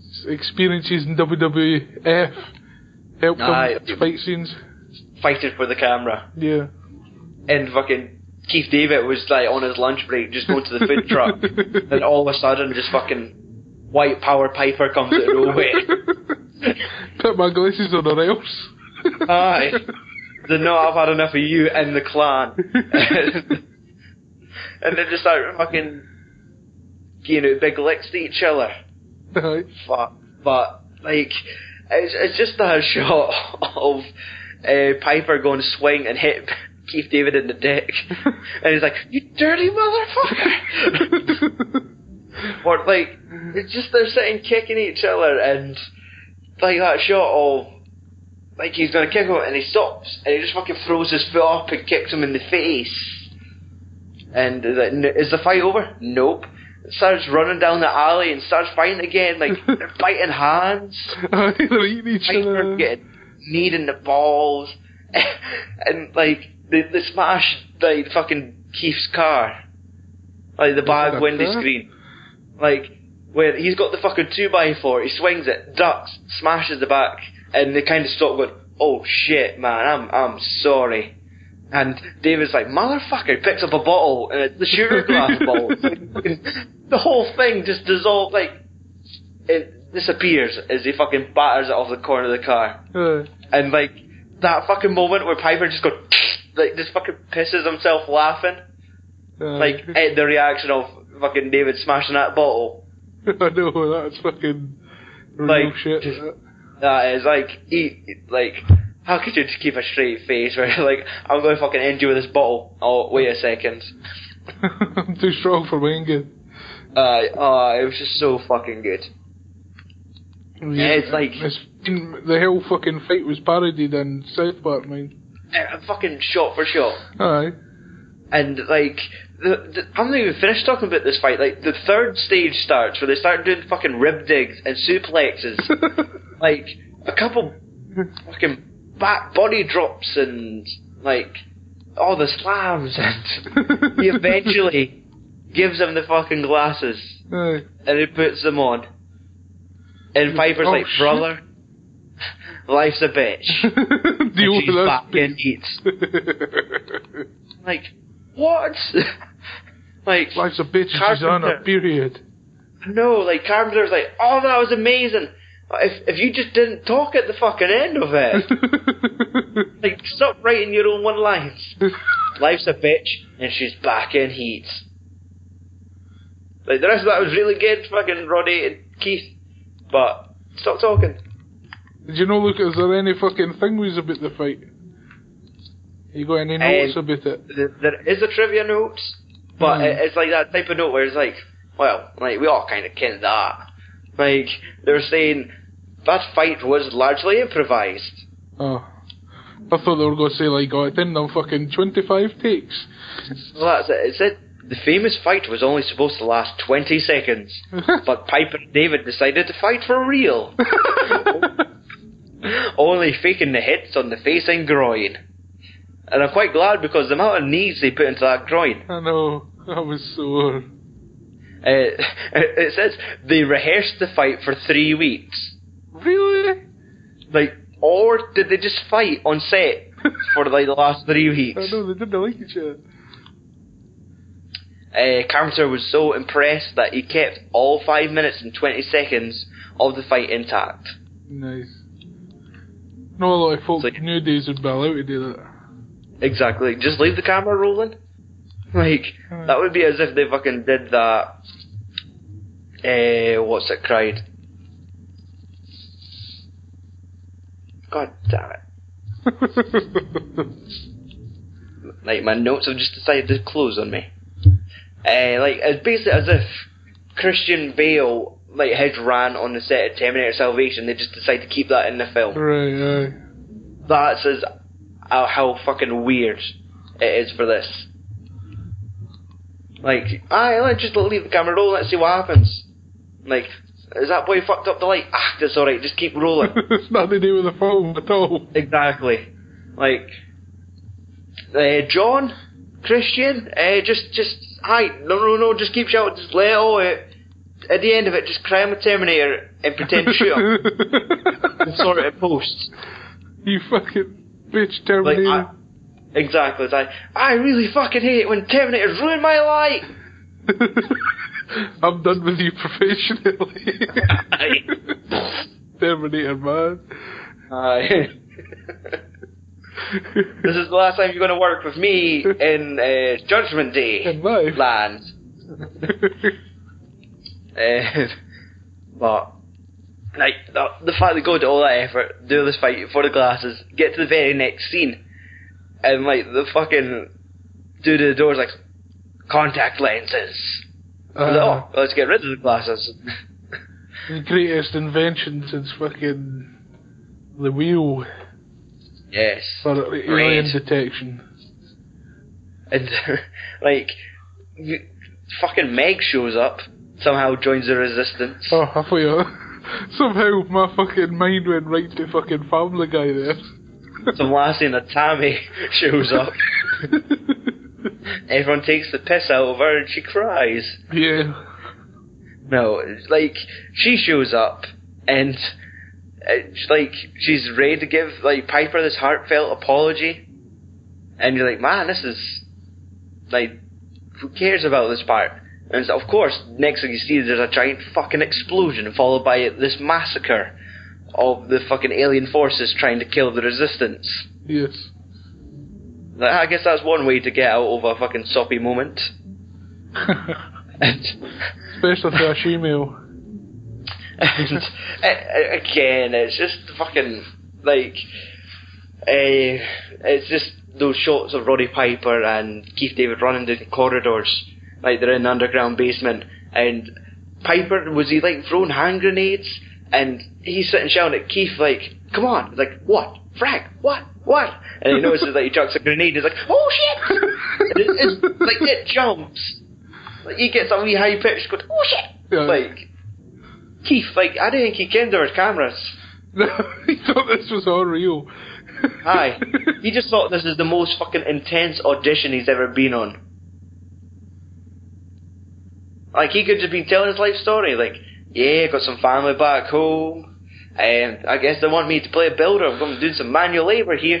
S2: s- experiences in WWF helped
S1: Aye.
S2: him with fight scenes.
S1: Fighting for the camera.
S2: Yeah.
S1: and fucking Keith David was like on his lunch break just going to the food truck and all of a sudden just fucking white power piper comes out of nowhere.
S2: Put my glasses on the rails.
S1: Aye. They know I've had enough of you and the clan. and they just start fucking you know, big licks to each other.
S2: Aye.
S1: Fuck. But like it's it's just that shot of uh, Piper going swing and hit Keith David in the dick, and he's like, "You dirty motherfucker!" or like, it's just they're sitting kicking each other, and like that shot of like he's gonna kick him, and he stops, and he just fucking throws his foot up and kicks him in the face. And is, it, is the fight over? Nope. Starts running down the alley and starts fighting again, like they're biting hands
S2: They're eating each
S1: fighting
S2: other.
S1: for getting kneed in the balls, and like they, they smash like fucking Keith's car, like the bad
S2: That's
S1: window
S2: it.
S1: screen, like where he's got the fucking two by four, he swings it, ducks, smashes the back, and they kind of stop going, oh shit, man, I'm I'm sorry. And David's like, motherfucker, picks up a bottle, and it's the sugar glass bottle. the whole thing just dissolves, like, it disappears as he fucking batters it off the corner of the car.
S2: Uh,
S1: And like that fucking moment where Piper just goes like just fucking pisses himself laughing,
S2: uh,
S1: like at the reaction of fucking David smashing that bottle.
S2: I know that's fucking real
S1: Like,
S2: shit.
S1: just-
S2: that.
S1: That is like he like how could you just keep a straight face where you're like I'm going to fucking end you with this bottle? Oh wait a second.
S2: I'm too strong for my own good.
S1: Uh, uh it was just so fucking good. Yeah, it's like-
S2: This, the whole fucking fight was parodied in South Park, man.
S1: Uh, fucking shot for shot.
S2: Aye.
S1: and like the, the, I'm not even finished talking about this fight. Like the third stage starts where they start doing fucking rib digs and suplexes, like a couple fucking back body drops and like all the slams, and he eventually gives him the fucking glasses
S2: Aye.
S1: and he puts them on. And Piper's
S2: Oh,
S1: like,
S2: shit.
S1: brother, life's a bitch.
S2: Deal
S1: and
S2: with
S1: she's
S2: this.
S1: back and eats. Like what? like
S2: Life's a bitch. She's on a
S1: Carpenter.
S2: period.
S1: No, like Carpenter's like, oh, that was amazing. If if you just didn't talk at the fucking end of it, like stop writing your own one lines. Life's a bitch, and she's back in heat. Like the rest of that was really good, fucking Roddy and Keith, but stop talking.
S2: Did you know, look, is there any fucking thing was about the fight? You got any notes
S1: Um,
S2: about it?
S1: Th- There is a trivia note, but
S2: Mm.
S1: it- it's like that type of note where it's like, well, like we all kind of ken that. Like they're saying that fight was largely improvised.
S2: Oh. I thought they were going to say, like, oh, it didn't have fucking 25 takes.
S1: Well, that's it. It said the famous fight was only supposed to last 20 seconds, but Piper and David decided to fight for real, only faking the hits on the face and groin. And I'm quite glad because the amount of knees they put into that groin.
S2: I know. I was sore.
S1: Uh, it says they rehearsed the fight for three weeks.
S2: Really?
S1: Like, or did they just fight on set for like the last three
S2: I
S1: weeks?
S2: know, they didn't like each other.
S1: Uh, Carpenter was so impressed that he kept all five minutes and 20 seconds of the fight intact.
S2: Nice. No, a lot of folk
S1: It's like-
S2: nowadays would be allowed to do that.
S1: Exactly. Just leave the camera rolling. Like
S2: Alright.
S1: that would be as if they fucking did that. Eh, what's it cried? God damn it! Like my notes have just decided to close on me. Eh, like it's basically as if Christian Bale like had ran on the set of Terminator Salvation. They just decided to keep that in the film.
S2: right, aye.
S1: That says uh, how fucking weird it is for this. Like, aye, let's just leave the camera rolling, let's see what happens. Like, is that boy fucked up the light? Ah, that's alright, just keep rolling.
S2: it's nothing to do with the film at all.
S1: exactly. Like, uh, John? Christian? Uh, just, just, hi, no, no, no, just keep shouting, just let it all out. At the end of it, just cry I'm a Terminator and pretend to shoot him. and sort it at posts.
S2: You fucking bitch
S1: Like,
S2: Terminator.
S1: I, exactly. It's like, I really fucking hate it when Terminators ruin my life.
S2: I'm done with you professionally.
S1: Aye.
S2: Terminator man.
S1: Aye. this is the last time you're going to work with me in uh, Judgment Day
S2: In life.
S1: land. Uh, but, like, the, the fact they go to all that effort, do this fight for the glasses, get to the very next scene, and like the fucking dude at the door's like, contact lenses. I was like,
S2: Uh,
S1: oh, let's get rid of the glasses.
S2: The greatest invention since fucking the wheel
S1: yes.
S2: for alien detection.
S1: And like, you- fucking Meg shows up, somehow joins the resistance.
S2: Oh, I thought you somehow my fucking mind went right to fucking Family Guy there.
S1: Some lassie and a Tammy shows up. Everyone takes the piss out of her and she cries.
S2: yeah.
S1: No, it's like she shows up and it's like she's ready to give like Piper this heartfelt apology, and you're like, man, this is like who cares about this part? And so, of course, next thing you see, there's a giant fucking explosion followed by this massacre of the fucking alien forces trying to kill the resistance.
S2: Yes.
S1: Like, I guess that's one way to get out of a fucking soppy moment. And
S2: Especially for a female.
S1: and a- a- again, it's just fucking like uh, it's just those shots of Roddy Piper and Keith David running down the corridors, like they're in an underground basement, and Piper was he like throwing hand grenades, and he's sitting shouting at Keith like, "Come on!" like what? Frag? What? What? And he notices that he chucks a grenade. He's like, "Oh shit!" And it, it's, like it jumps. Like he gets a wee high pitch, goes, "Oh shit!"
S2: Yeah.
S1: Like Keith, like I didn't think he came to our cameras.
S2: No, he thought this was all real.
S1: Aye. he just thought this is the most fucking intense audition he's ever been on. Like he could just be telling his life story, like, yeah, got some family back home, and I guess they want me to play a builder. I'm going to do some manual labour here.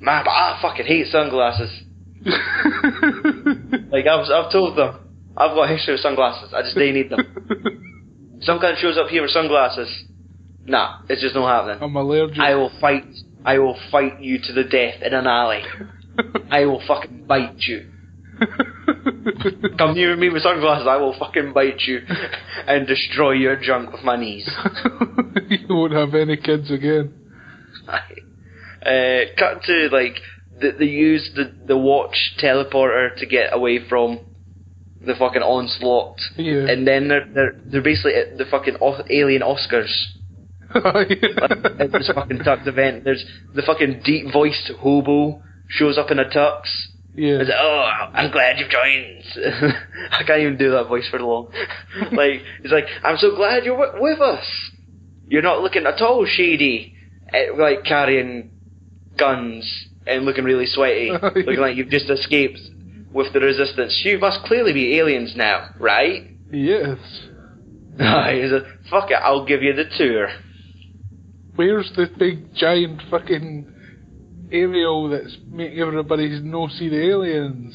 S1: Man, but I fucking hate sunglasses. Like I've I've told them, I've got a history with sunglasses. I just don't need them. Some guy shows up here with sunglasses. Nah, it's just not happening.
S2: I'm allergic.
S1: I will fight. I will fight you to the death in an alley. I will fucking bite you. Come near me with sunglasses. I will fucking bite you and destroy your junk with my knees.
S2: you won't have any kids again.
S1: uh, cut to like the, they use the the watch teleporter to get away from the fucking onslaught,
S2: Yeah.
S1: and then they're they're, they're basically at the fucking o- alien Oscars. at this fucking tux event, there's the fucking deep voiced hobo shows up in a tux.
S2: yeah.
S1: It's like, oh, I'm glad you've joined. I can't even do that voice for long. like, it's like, I'm so glad you're w- with us. You're not looking at all shady, eh, like carrying guns and looking really sweaty,
S2: Oh, yeah.
S1: looking like you've just escaped with the resistance. You must clearly be aliens now, right?
S2: Yes.
S1: He's like, fuck it, I'll give you the tour.
S2: Where's the big giant fucking aerial that's making everybody's no see the aliens?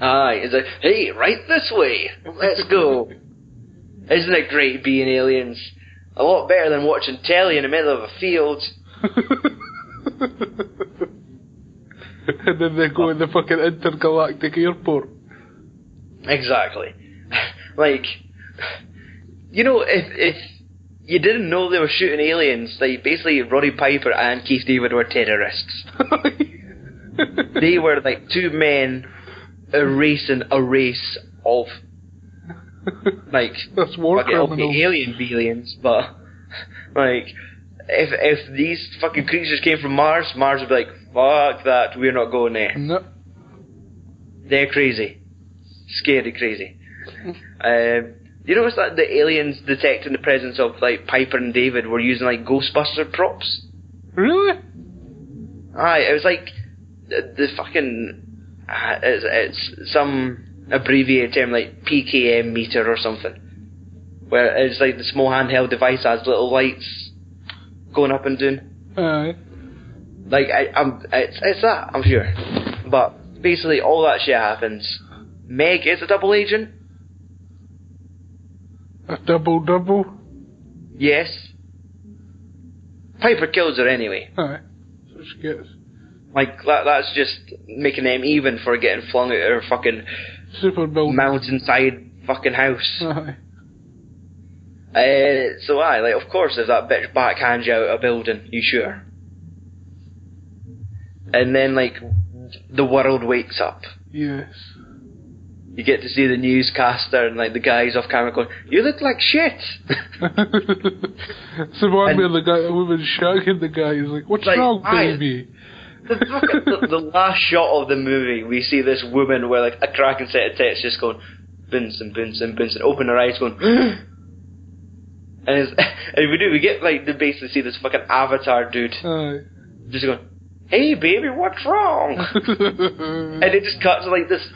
S1: Aye, it's like, hey, right this way. Let's go. Isn't it great being aliens? A lot better than watching telly in the middle of a field.
S2: and then they go in the fucking intergalactic airport.
S1: Exactly. like, you know, if if you didn't know they were shooting aliens, like basically Roddy Piper and Keith David were terrorists. They were like two men erasing a race of like
S2: That's war
S1: fucking okay,
S2: criminals.
S1: alien aliens, but like if if these fucking creatures came from Mars, Mars would be like, fuck that, we're not going there.
S2: No.
S1: They're crazy, scary crazy. Um, you notice that the aliens detecting the presence of like Piper and David were using like Ghostbuster props.
S2: Really?
S1: Aye, it was like the, the fucking uh, it's, it's some abbreviated term like PKM meter or something, where it's like the small handheld device has little lights going up and down.
S2: Aye.
S1: Like I, I'm, it's it's that I'm sure, but basically all that shit happens. Meg is a double agent.
S2: A double double.
S1: Yes. Piper kills her anyway.
S2: Aye. So she gets
S1: Like that, that's just making them even for getting flung out of her fucking
S2: super build.
S1: mountainside fucking house.
S2: Aye.
S1: Uh, so aye, like of course if that bitch backhands you out of a building, you sure. and then like the world wakes up.
S2: Yes.
S1: You get to see the newscaster and like the guys off camera going, "You look like shit."
S2: it's the one
S1: And-
S2: where the guy, the woman's shagging the guy. He's like, "What's
S1: Like,
S2: wrong,
S1: I-
S2: baby?"
S1: the, look at the, the last shot of the movie, we see this woman with like a cracking set of tits just going, Vincent, Vincent, Vincent, open her eyes going, and, it's, and we do, we get like to basically see this fucking avatar dude
S2: Aye.
S1: just going, hey baby, what's wrong? and it just cuts like this.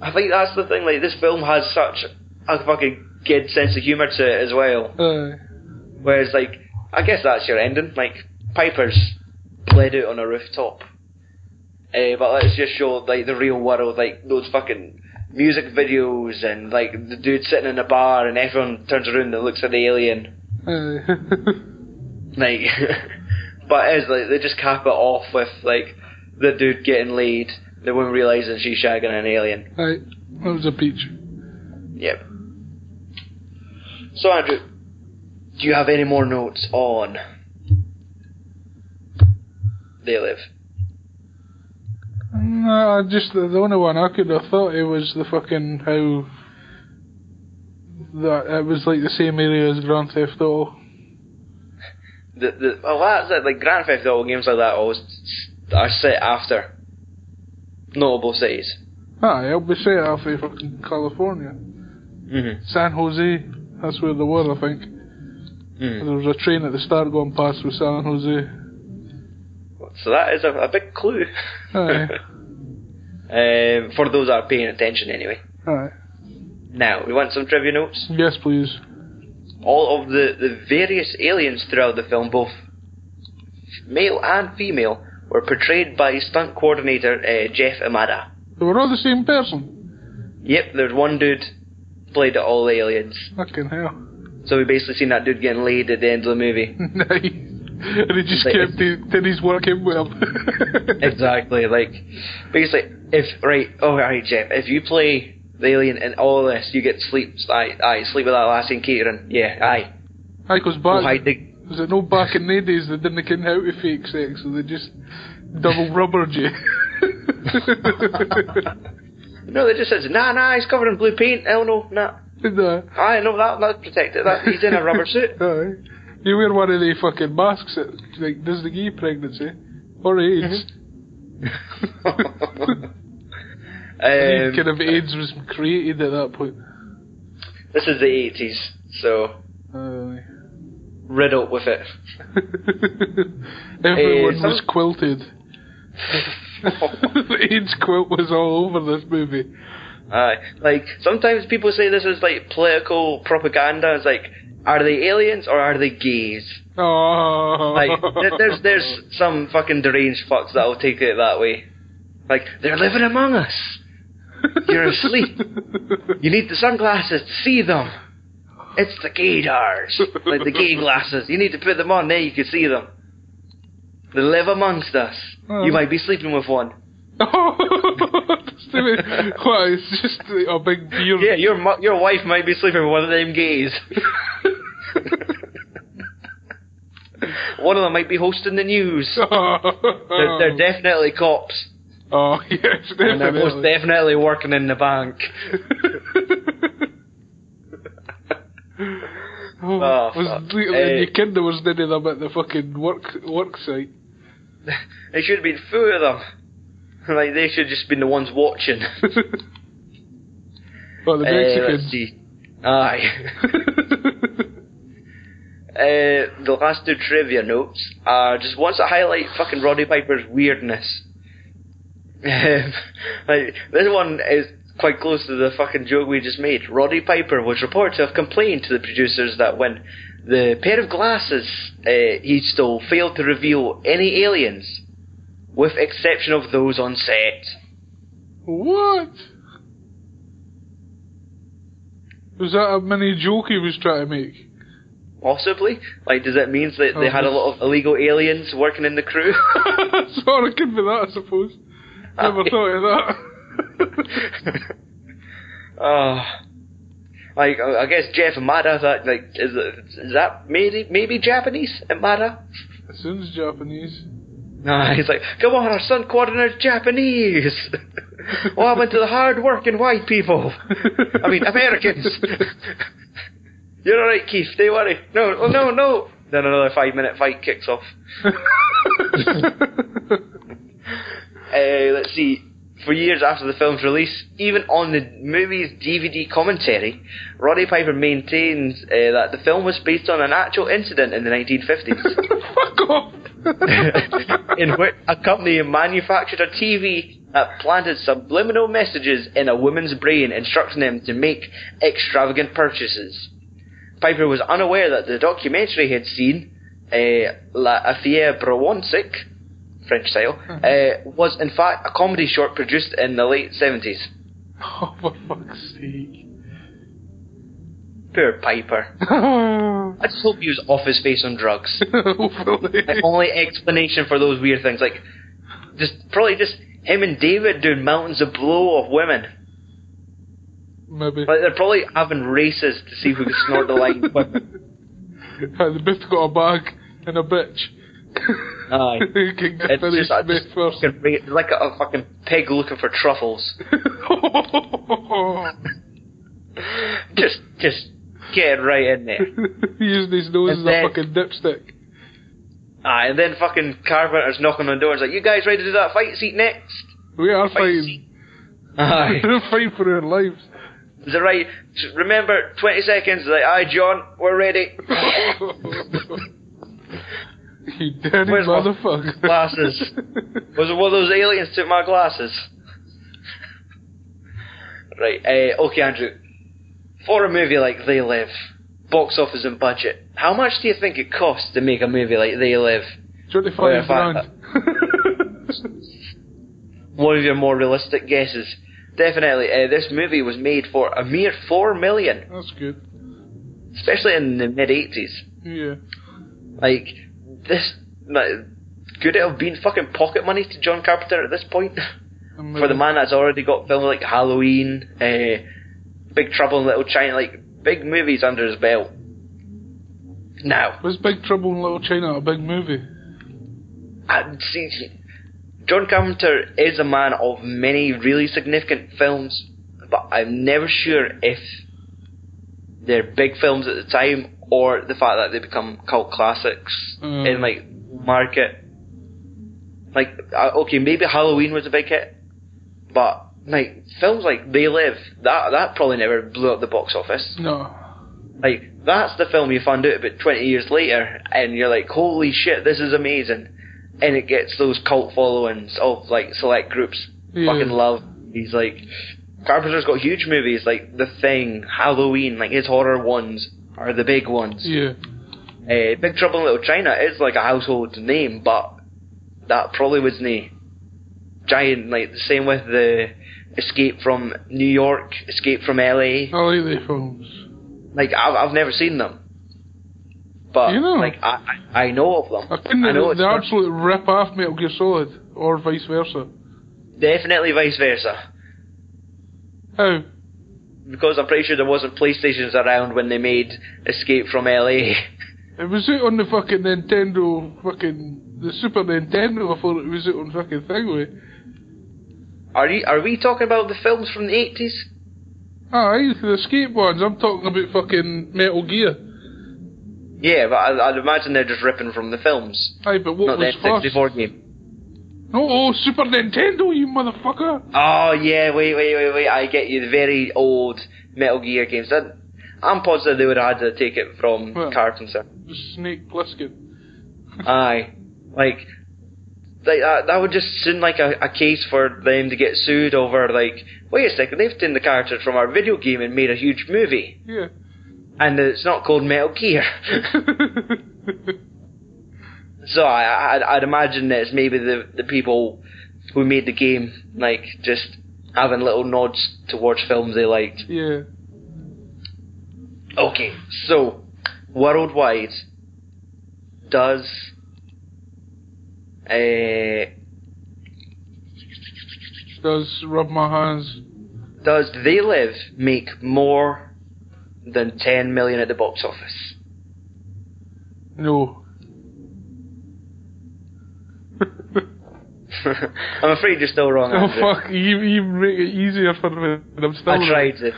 S1: I think that's the thing, like this film has such a fucking kid sense of humour to it as well.
S2: Aye.
S1: Whereas, like, I guess that's your ending. Like, Piper's bled out on a rooftop. Uh, but let's just show, like, the real world, like, those fucking music videos and, like, the dude sitting in a bar and everyone turns around and looks at the alien.
S2: Aye.
S1: Like, but it's like, they just cap it off with, like, the dude getting laid, the woman realising she's shagging an alien.
S2: Aye. That was a peach.
S1: Yep. So, Andrew, do you have any more notes on They Live?
S2: No, I just the, the only one I could have thought it was the fucking how that it was like the same area as Grand Theft Auto.
S1: The, the, well, that's it. Like, Grand Theft Auto games like that always are set after notable cities.
S2: Ah, it'll be straight off of fucking California,
S1: Mm-hmm.
S2: San Jose. That's where they were, I think. There was a train at the start going past with San Jose.
S1: So that is a, a big clue.
S2: Aye.
S1: um, for those that are paying attention, anyway.
S2: Aye.
S1: Now, we want some trivia notes.
S2: Yes, please.
S1: all of the, the various aliens throughout the film, both male and female, were portrayed by stunt coordinator uh, Jeff Amada.
S2: They were all the same person.
S1: Yep, there's one dude played at all aliens.
S2: Fucking hell.
S1: So we basically seen that dude getting laid at the end of the movie.
S2: nice. And he just
S1: Like,
S2: kept his, did his work in well.
S1: exactly, like basically if right, oh right, Jeff, if you play the alien in all this, you get sleep. Aye, aye, sleep with that lassie and Kieran. Yeah, aye.
S2: Aye, 'cause
S1: Go
S2: back,
S1: hide the
S2: Was it no back in the days they didn't ken how to fake sex, so they just double rubbered you?
S1: no, they just says nah, nah, he's covered in blue paint. Hell no, nah.
S2: no.
S1: Aye, no, that that's protected. That he's in a rubber suit.
S2: Aye. You wear one of the fucking masks that like does the gee pregnancy or AIDS.
S1: Mm-hmm. Um,
S2: kind of AIDS was created at that point.
S1: this is the 80s, so
S2: Aye.
S1: riddled with it.
S2: Everyone
S1: Eh,
S2: was
S1: some-
S2: quilted. the AIDS quilt was all over this movie.
S1: Aye, like sometimes people say this is like political propaganda. It's like, are they aliens or are they gays?
S2: Oh,
S1: Like, th- there's there's some fucking deranged fucks that'll take it that way. Like, they're living among us. you're asleep. You need the sunglasses to see them. It's the gaydars, like the gay glasses. You need to put them on, there you can see them. They live amongst us. You might be sleeping with one.
S2: what, it's just uh, a big beard.
S1: Yeah, your mu- your wife might be sleeping with one of them gays. one of them might be hosting the news. They're, they're definitely cops,
S2: Oh, yes,
S1: and they're most
S2: definitely.
S1: definitely working in the bank.
S2: Oh,
S1: Oh,
S2: was
S1: fuck.
S2: literally
S1: Eh.
S2: you kidding there was none of them at the fucking work work site.
S1: There should have been four of them. Like they should have just been the ones watching.
S2: oh, the
S1: Eh, let's
S2: Mexicans.
S1: see. Aye. Uh, the last two trivia notes are just ones that highlight fucking Roddy Piper's weirdness. Um, like, this one is quite close to the fucking joke we just made. Roddy Piper was reported to have complained to the producers that when the pair of glasses uh, he stole failed to reveal any aliens, with exception of those on set.
S2: what? Was that a mini joke he was trying to make?
S1: Possibly, like, does that mean that they
S2: Oh,
S1: had a lot of illegal aliens working in the crew?
S2: Sorry, could be that, I suppose. Never
S1: Aye.
S2: thought of that.
S1: oh, like I I guess Jeff Amada. That like is, is that maybe maybe Japanese Amada?
S2: It sounds Japanese.
S1: Nah, he's like, come on, our son coordinates Japanese. what happened to the hard-working white people? I mean, Americans. You're all right, Keith. Don't worry. No, oh, no, no. Then another five-minute fight kicks off. Uh, let's see. For years after the film's release, even on the movie's DVD commentary, Roddy Piper maintains uh, that the film was based on an actual incident in the 1950s,
S2: Fuck off.
S1: in which a company manufactured a TV that planted subliminal messages in a woman's brain, instructing them to make extravagant purchases. Piper was unaware that the documentary he had seen, uh, La Affaire Brawansic, French title, uh, was in fact a comedy short produced in the late 70s.
S2: Oh, for fuck's sake.
S1: Poor Piper. I just hope he was off his face on drugs.
S2: Hopefully.
S1: The only explanation for those weird things, like, just probably just him and David doing mountains of blow of women.
S2: Maybe.
S1: Like they're probably having races to see who can snort the line. But
S2: Uh, the Biff got a bag and a bitch.
S1: Aye.
S2: He can get
S1: it's
S2: finished
S1: just, I
S2: Biff
S1: just
S2: first.
S1: fucking ra- like a, a fucking pig looking for truffles. Just, just get right in there.
S2: he used his nose
S1: And
S2: as
S1: then-
S2: a fucking dipstick.
S1: Aye, and then fucking Carpenter's knocking on doors like, "You guys ready to do that fight seat next?"
S2: We are
S1: Fight
S2: fighting.
S1: seat. Aye.
S2: We're fighting for our lives.
S1: Is it right? Just Remember, 20 seconds. Like, aye, John, we're ready.
S2: you dirty
S1: Where's my
S2: motherfucker.
S1: glasses? Was it one of those aliens took my glasses? right, uh, okay, Andrew. For a movie like They Live, box office and budget, how much do you think it costs to make a movie like They Live? Oh,
S2: 25
S1: Well, if I-
S2: grand.
S1: One of your more realistic guesses. Definitely, uh, this movie was made for a mere four million,
S2: That's good.
S1: especially in the mid '80s.
S2: Yeah.
S1: Like this, like, could it have been fucking pocket money to John Carpenter at this point? for the man that's already got films like Halloween, uh, Big Trouble in Little China, like big movies under his belt. Now,
S2: Was Big Trouble in Little China a big movie?
S1: I Uh, see, see, John Carpenter is a man of many really significant films, but I'm never sure if they're big films at the time or the fact that they become cult classics
S2: Mm.
S1: in like market. Like, uh, okay, maybe Halloween was a big hit, but like films like They Live, that that probably never blew up the box office.
S2: No.
S1: Like that's the film you find out about twenty years later, and you're like, "Holy shit, this is amazing!" And it gets those cult followings of like select groups.
S2: Yeah.
S1: Fucking love. He's like, Carpenter's got huge movies like The Thing, Halloween. Like his horror ones are the big ones.
S2: Yeah.
S1: Uh, Big Trouble in Little China is like a household name, but that probably wasn't giant. Like the same with the Escape from New York, Escape from LA
S2: I like the films.
S1: like I've, I've never seen them, but
S2: You know.
S1: like I, I I know of them.
S2: I couldn't
S1: I know it's
S2: the
S1: not-
S2: absolute rip off Metal Gear Solid or vice versa.
S1: definitely vice versa
S2: How?
S1: because I'm pretty sure there wasn't PlayStations around when they made Escape from LA.
S2: It was out on the fucking Nintendo fucking the Super Nintendo before it was out on fucking Thingway.
S1: Are you are we talking about the films from the 80s?
S2: Aye, the escape ones. I'm talking about fucking Metal Gear.
S1: Yeah, but I, I'd imagine they're just ripping from the films,
S2: Aye, but
S1: not
S2: what was
S1: the
S2: first?
S1: N64 game.
S2: No, oh, Super Nintendo, you motherfucker!
S1: Oh yeah, wait wait wait wait, I get you. The very old Metal Gear games. That, I'm positive they would have had to take it from
S2: Well.
S1: Carpenter.
S2: Snake Plissken.
S1: Aye. Like, like uh, that, that would just seem like a, a case for them to get sued over, like, wait a second, they've taken the characters from our video game and made a huge movie,
S2: Yeah.
S1: and it's not called Metal Gear. so I, I, I'd- I'd imagine that it's maybe the, the people who made the game, like, just having little nods towards films they liked.
S2: yeah.
S1: Okay, so, worldwide, does. Uh,
S2: Does rub my hands.
S1: does They Live make more than 10 million at the box office?
S2: No.
S1: I'm afraid you're still wrong,
S2: oh
S1: Andrew.
S2: fuck! You you make it easier for me. and I'm still
S1: I tried it.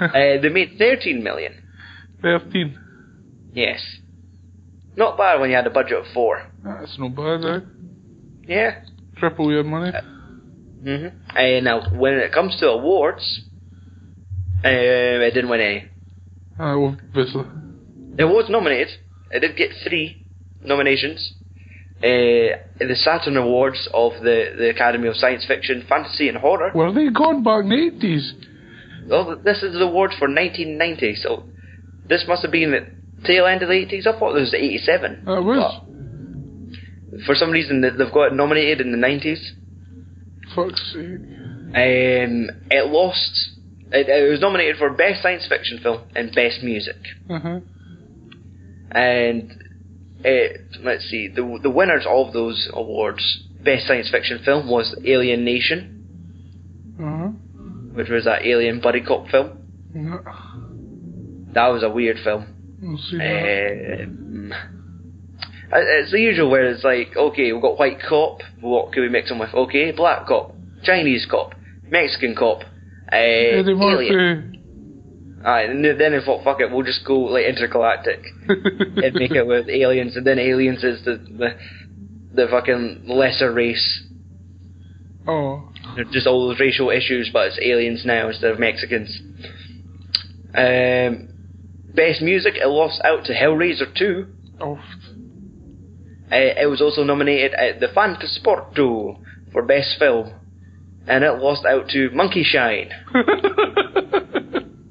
S1: Uh, they made 13 million.
S2: Thirteen.
S1: Yes. Not bad when you had a budget of four.
S2: That's no bad, eh?
S1: Yeah.
S2: Triple your money. Uh,
S1: hmm Uh, now, when it comes to awards, uh, it didn't win any.
S2: Ah, obviously.
S1: It was nominated. It did get three nominations. Uh, the Saturn Awards of the, the Academy of Science Fiction, Fantasy and Horror.
S2: Were they gone back in the eighties?
S1: Well, Oh, this is the award for 1990, so this must have been the tail end of the 80s. I thought it was 87.
S2: That was.
S1: But for some reason, they- they've got it nominated in the 90s.
S2: Fuck's sake.
S1: Um, it lost. It, it was nominated for Best Science Fiction Film and Best Music.
S2: Uh-huh.
S1: And it, let's see, the the winners of those awards, Best Science Fiction Film was Alien Nation,
S2: Uh-huh.
S1: which was that alien buddy cop film.
S2: No,
S1: That was a weird film.
S2: I'll see that.
S1: Um, it- it's the usual where it's like, okay, we've got white cop, what can we mix them with? Okay, black cop, Chinese cop, Mexican cop, uh,
S2: Eddie
S1: alien.
S2: Murphy.
S1: Aye, and then I thought, fuck it, we'll just go like intergalactic and make it with aliens, and then aliens is the the, the fucking lesser race.
S2: Oh,
S1: They're just all those racial issues, but it's aliens now instead of Mexicans. Um, best music, it lost out to Hellraiser 2.
S2: oh,
S1: Uh, it was also nominated at the Fantasporto for Best Film, and it lost out to Monkey Shine,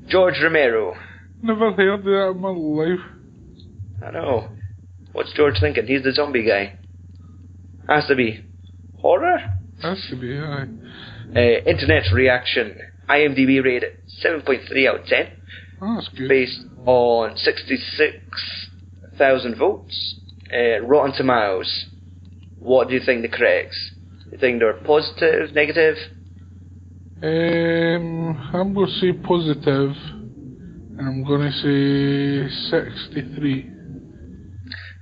S1: George Romero.
S2: never heard of that in my life.
S1: I know. What's George thinking? He's the zombie guy. Has to be. Horror?
S2: Has to be, aye.
S1: Uh, internet reaction. IMDb rated 7.3 out of 10,
S2: Oh, that's good.
S1: based on 66,000 votes. Uh, Rotten Tomatoes. What do you think the critics? You think they're positive, negative?
S2: Um, I'm going to say positive, and I'm going to say 63.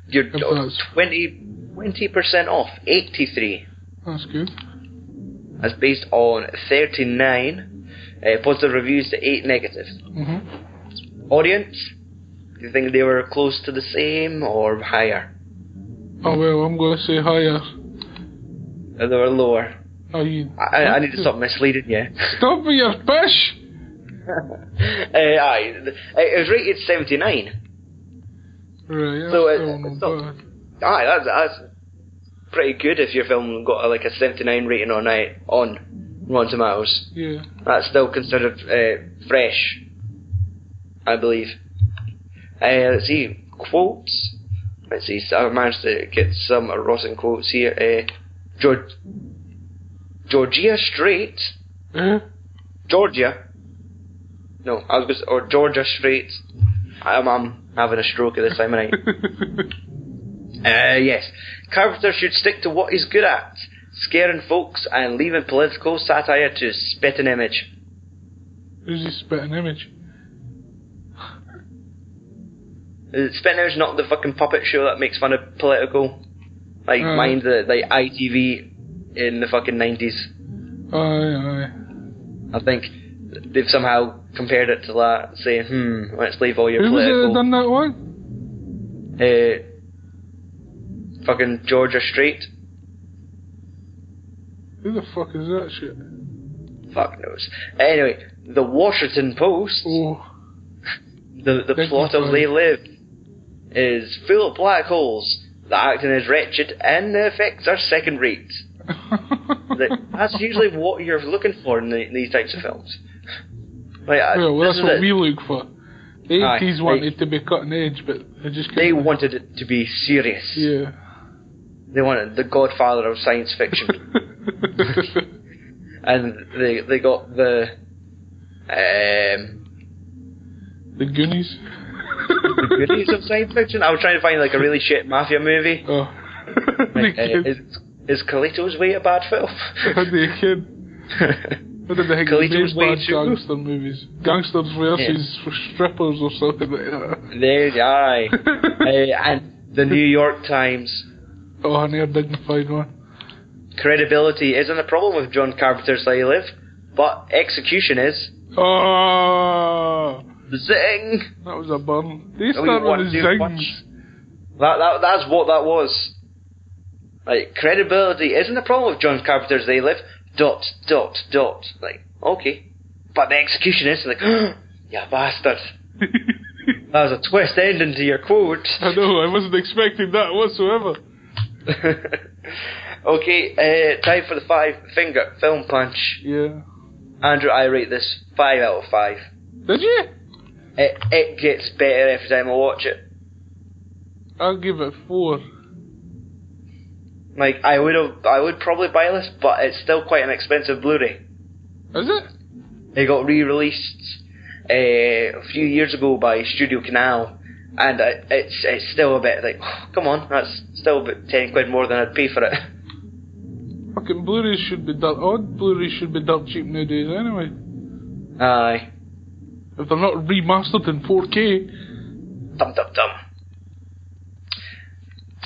S1: You're
S2: It does.
S1: 20 percent off. Eighty three.
S2: That's good.
S1: That's based on thirty nine. Uh, positive reviews to eight negative.
S2: Mm-hmm.
S1: Audience, do you think they were close to the same or higher?
S2: Oh, well, I'm going to say higher.
S1: Or Uh, they were lower.
S2: Oh, you...
S1: I, I- I need to stop misleading you.
S2: Stop with your pish!
S1: uh, aye, th- it was rated seventy nine.
S2: Right, that's
S1: So, uh,
S2: still not
S1: stop.
S2: bad.
S1: Aye, that's that's pretty good if your film got a, like a seventy nine rating on I on Rotten Tomatoes.
S2: Yeah.
S1: That's still considered uh, fresh, I believe. Uh, let's see, quotes. Let's see, so I managed to get some rotten quotes here. Uh, Geor- Georgia Strait.
S2: Eh?
S1: Georgia. No, I was going to or Georgia Strait. I'm, I'm having a stroke at this time of night. Uh, yes. Carpenter should stick to what he's good at. Scaring folks and leaving political satire to spit an image.
S2: Who's he spitting image?
S1: Uh, Spinner's not the fucking puppet show that makes fun of political. Like,
S2: Mm.
S1: mind the like ITV in the fucking 90s.
S2: Aye, aye.
S1: I think they've somehow compared it to that, saying, hmm, let's leave all your
S2: Who was it that
S1: political.
S2: done that one?
S1: Uh, fucking Georgia Strait.
S2: Who the fuck is that shit?
S1: Fuck knows. Anyway, the Washington Post,
S2: Oh,
S1: the, the
S2: thank
S1: plot
S2: you,
S1: of
S2: Brian.
S1: They Live, is full of black holes. The acting is wretched and the effects are second rate. Th- that's usually what you're looking for in the, these types of films. Like, I-
S2: Well, well
S1: this is
S2: that's what
S1: it.
S2: we look for. The
S1: Aye,
S2: 80s
S1: they-
S2: wanted to be cutting edge, but they just
S1: They
S2: couldn't.
S1: wanted it to be serious.
S2: Yeah.
S1: They wanted the Godfather of science fiction, and they they got the um,
S2: the Goonies.
S1: the goodies of science fiction. I was trying to find like a really shit mafia movie.
S2: Oh.
S1: Like,
S2: the
S1: uh,
S2: kid.
S1: is, is Colito's Way a bad film?
S2: the kid. What did they think they
S1: Colito's
S2: made
S1: Way
S2: bad
S1: too.
S2: gangster movies? Gangsters versus strippers or something like
S1: There, aye.
S2: that.
S1: Uh, and the New York Times.
S2: oh, an air dignified one.
S1: credibility isn't a problem with John Carpenter's I Live, but execution is.
S2: Oh,
S1: Zing!
S2: that was a burn. They
S1: Oh, you
S2: start
S1: want
S2: with the
S1: to do much?
S2: zings.
S1: That, that that's what that was. Like credibility isn't a problem with John Carpenter's They Live. Dot dot dot. Like okay, but the execution is like, you bastard. That was a twist ending to your quote.
S2: I know. I wasn't expecting that whatsoever.
S1: okay, uh, time for the five finger film punch.
S2: Yeah.
S1: Andrew, I rate this five out of five.
S2: Did you?
S1: It it gets better every time I watch it.
S2: I'll give it four.
S1: Like I would have, I would probably buy this, but it's still quite an expensive Blu-ray.
S2: Is it?
S1: It got re-released uh, a few years ago by Studio Canal, and uh, it's it's still a bit like, come on, that's still about ten quid more than I'd pay for it.
S2: Fucking Blu-rays should be dirt. Odd Blu-rays should be dirt cheap nowadays. Anyway,
S1: Aye,
S2: if they're not remastered in 4K,
S1: dum dum dum.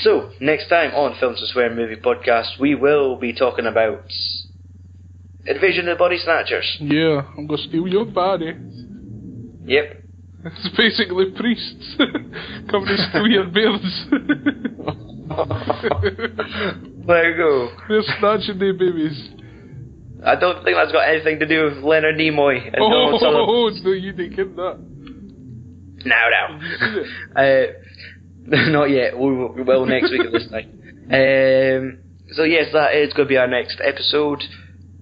S1: So next time on Films and Swear Movie Podcast, we will be talking about Invasion of the Body Snatchers.
S2: yeah, I'm gonna steal your body.
S1: Yep,
S2: It's basically priests coming to steal your beards.
S1: there you go.
S2: They're snatching their babies.
S1: I don't think that's got anything to do with Leonard Nimoy and
S2: Oh,
S1: Donald Sutherland.
S2: no, you didn't get that.
S1: Now,
S2: you
S1: now. uh, not yet. We will, we will next week at this time. Um, so, yes, that is going to be our next episode.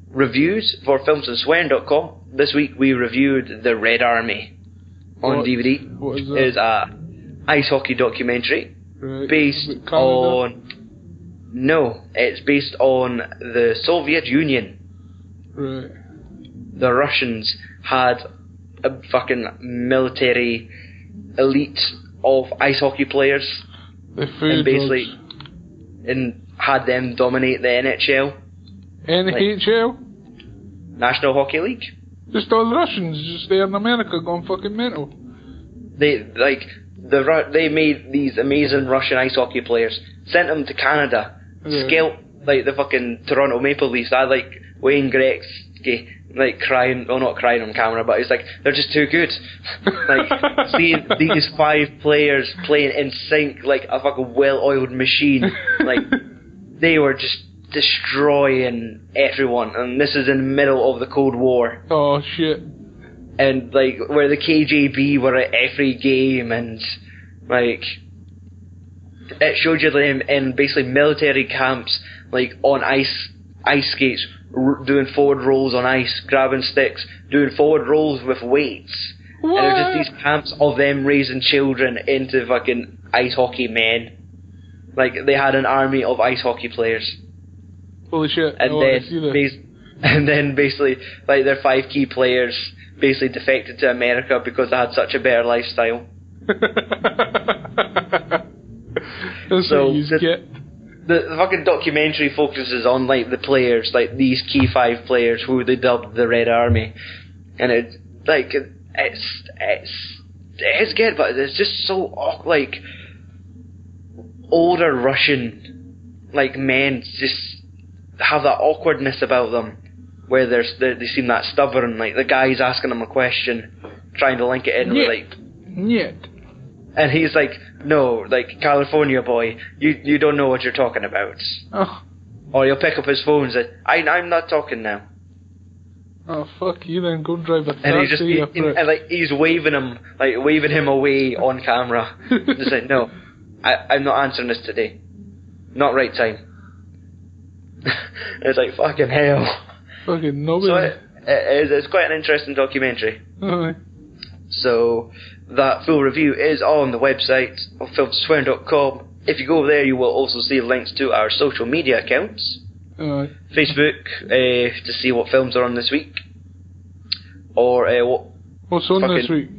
S1: Reviews for filmsandswearing.com. This week we reviewed The Red Army on
S2: What-
S1: DVD.
S2: What is that?
S1: It is a ice hockey documentary
S2: Right,
S1: based
S2: is it Canada?
S1: on. No, it's based on the Soviet Union.
S2: Right.
S1: the Russians had a fucking military elite of ice hockey players
S2: The
S1: and
S2: food
S1: basically
S2: drugs.
S1: and had them dominate the NHL
S2: NHL?
S1: National Hockey League.
S2: Just all Russians, just there in America going fucking mental.
S1: They like the Ru- they made these amazing Russian ice hockey players, sent them to Canada,
S2: Yeah.
S1: scalped like the fucking Toronto Maple Leafs. I like Wayne Gretzky like crying, well not crying on camera, but it's like they're just too good. like seeing these five players playing in sync like a fucking well-oiled machine. Like they were just destroying everyone, and this is in the middle of the Cold War,
S2: oh shit.
S1: and like where the KJB were at every game, and like it showed you them in basically military camps, like on ice ice skates, r- doing forward rolls on ice, grabbing sticks, doing forward rolls with weights.
S2: What?
S1: And it was just these camps of them raising children into fucking ice hockey men. Like they had an army of ice hockey players,
S2: Holy shit. Oh, I
S1: and
S2: wanna see
S1: then
S2: this.
S1: bas- and then basically like their five key players basically defected to America because they had such a better lifestyle.
S2: That's
S1: So,
S2: what you
S1: just-
S2: get.
S1: The, the fucking documentary focuses on like the players, like these key five players who they dubbed the Red Army, and it like it- it's it's it's good, but it's just so aw- like older Russian like men just have that awkwardness about them, where they're, they they seem that stubborn. Like the guy's asking them a question, trying to link it in with
S2: Yeah.
S1: like
S2: Yet.
S1: and he's like, "No, like California boy, you you don't know what you're talking about."
S2: Oh,
S1: Or he'll pick up his phone and say, I, "I'm not talking now,"
S2: oh fuck you then, go drive a taxi.
S1: and he just he,
S2: you
S1: he-
S2: prick.
S1: and like he's waving him, like waving him away on camera. just like, "No, I, I'm not answering this today. Not right time." And it's like fucking hell.
S2: Fucking
S1: So
S2: nobody.
S1: it, it is, it's quite an interesting documentary.
S2: Aye.
S1: So that full review is on the website of filmswearing.com. If you go there, you will also see links to our social media accounts.
S2: Aye.
S1: Facebook uh, to see what films are on this week, or uh, what?
S2: What's on this
S1: Fucking-
S2: week?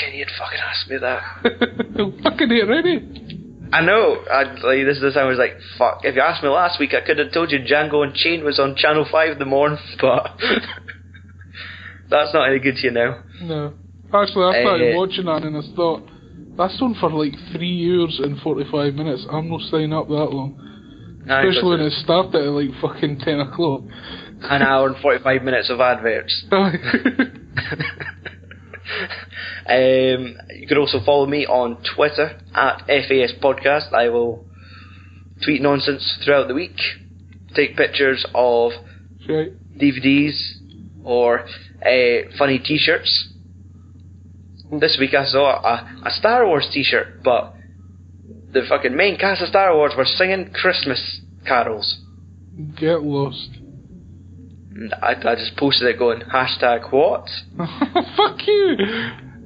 S1: Can you fucking ask me that?
S2: fucking it ready.
S1: I know. I like this is the time I was like, fuck. If you asked me last week, I could have told you Django Unchained was on Channel Five in the morning, but that's not any good to you now.
S2: No. Actually, I started
S1: Eh.
S2: watching that and I thought, that's on for like 3 hours and 45 minutes. I'm not staying up that long.
S1: Aye,
S2: Especially when
S1: because
S2: it started at like fucking 10 o'clock.
S1: an hour and 45 minutes of adverts.
S2: Aye.
S1: um, you can also follow me on Twitter at FAS Podcast. I will tweet nonsense throughout the week, take pictures of
S2: right.
S1: DVDs or uh, funny T-shirts. This week I saw a, a Star Wars T-shirt, but the fucking main cast of Star Wars were singing Christmas carols.
S2: Get lost.
S1: And I, I just posted it going hashtag what
S2: Fuck you!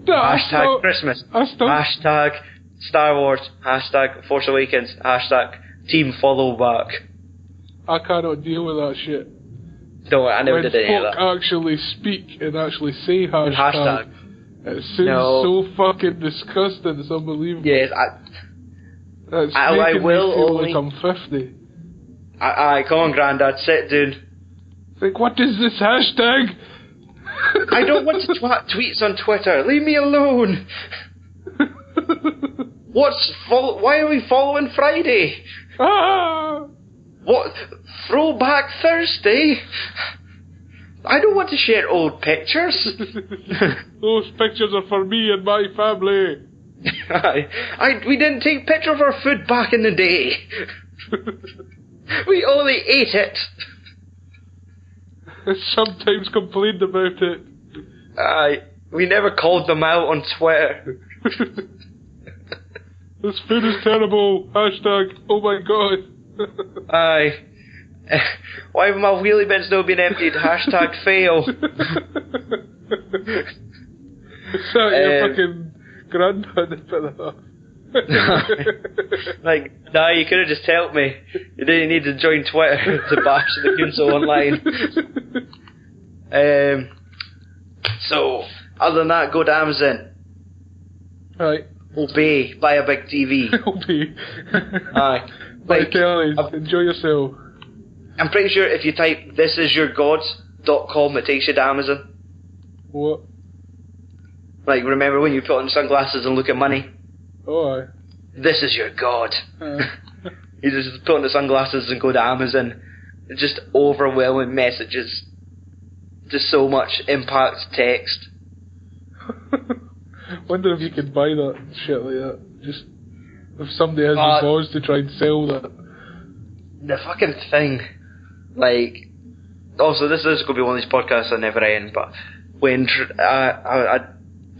S2: No, Oh, I
S1: hashtag
S2: still,
S1: Christmas
S2: I still,
S1: hashtag Star Wars hashtag Force Awakens hashtag Team Follow Back.
S2: I cannot deal with that shit.
S1: No, I never
S2: when
S1: did any of
S2: folk
S1: that.
S2: actually speak and actually say hashtag,
S1: Hashtag.
S2: it sounds
S1: No.
S2: so fucking disgusting. It's unbelievable. Uh,
S1: Yes, I,
S2: That's
S1: I- I
S2: making me
S1: will
S2: feel
S1: only-
S2: like I'm 50.
S1: I, I, come on, Grandad, sit down.
S2: Like, what is this hashtag?
S1: I don't want to twat tweets on Twitter. Leave me alone.
S2: to.
S1: What's fol- why are we following Friday?
S2: ah!
S1: What throwback Thursday? I don't want to share old pictures.
S2: Those pictures are for me and my family.
S1: I, I we didn't take picture of our food back in the day. We only ate it.
S2: I sometimes complained about it.
S1: I we never called them out on Twitter.
S2: This food is terrible. Hashtag, oh my god.
S1: I why have my wheelie bins not been emptied? Hashtag fail.
S2: It's not your
S1: Um,
S2: fucking granddad that put that up.
S1: Like, nah, you could have just helped me. You didn't need to join Twitter to bash the council online. Um, so, other than that, go to Amazon.
S2: Right,
S1: Obey. Buy a big TV.
S2: it'll be.
S1: Aye.
S2: But
S1: Like,
S2: tell us,
S1: I've-
S2: enjoy yourself.
S1: I'm pretty sure if you type this is your gods.com, it takes you to Amazon.
S2: What?
S1: Like, remember when you put on sunglasses and look at money?
S2: Oh, aye. Uh,
S1: This is your god.
S2: Aye.
S1: You just put on the sunglasses and go to Amazon. Just overwhelming messages. Just so much impact text.
S2: Wonder if you could buy that shit like that. Just if somebody has
S1: Uh,
S2: the balls to try and sell that.
S1: the fucking thing, like, also this is going to be one of these podcasts that never end. But when tr- uh, uh, uh,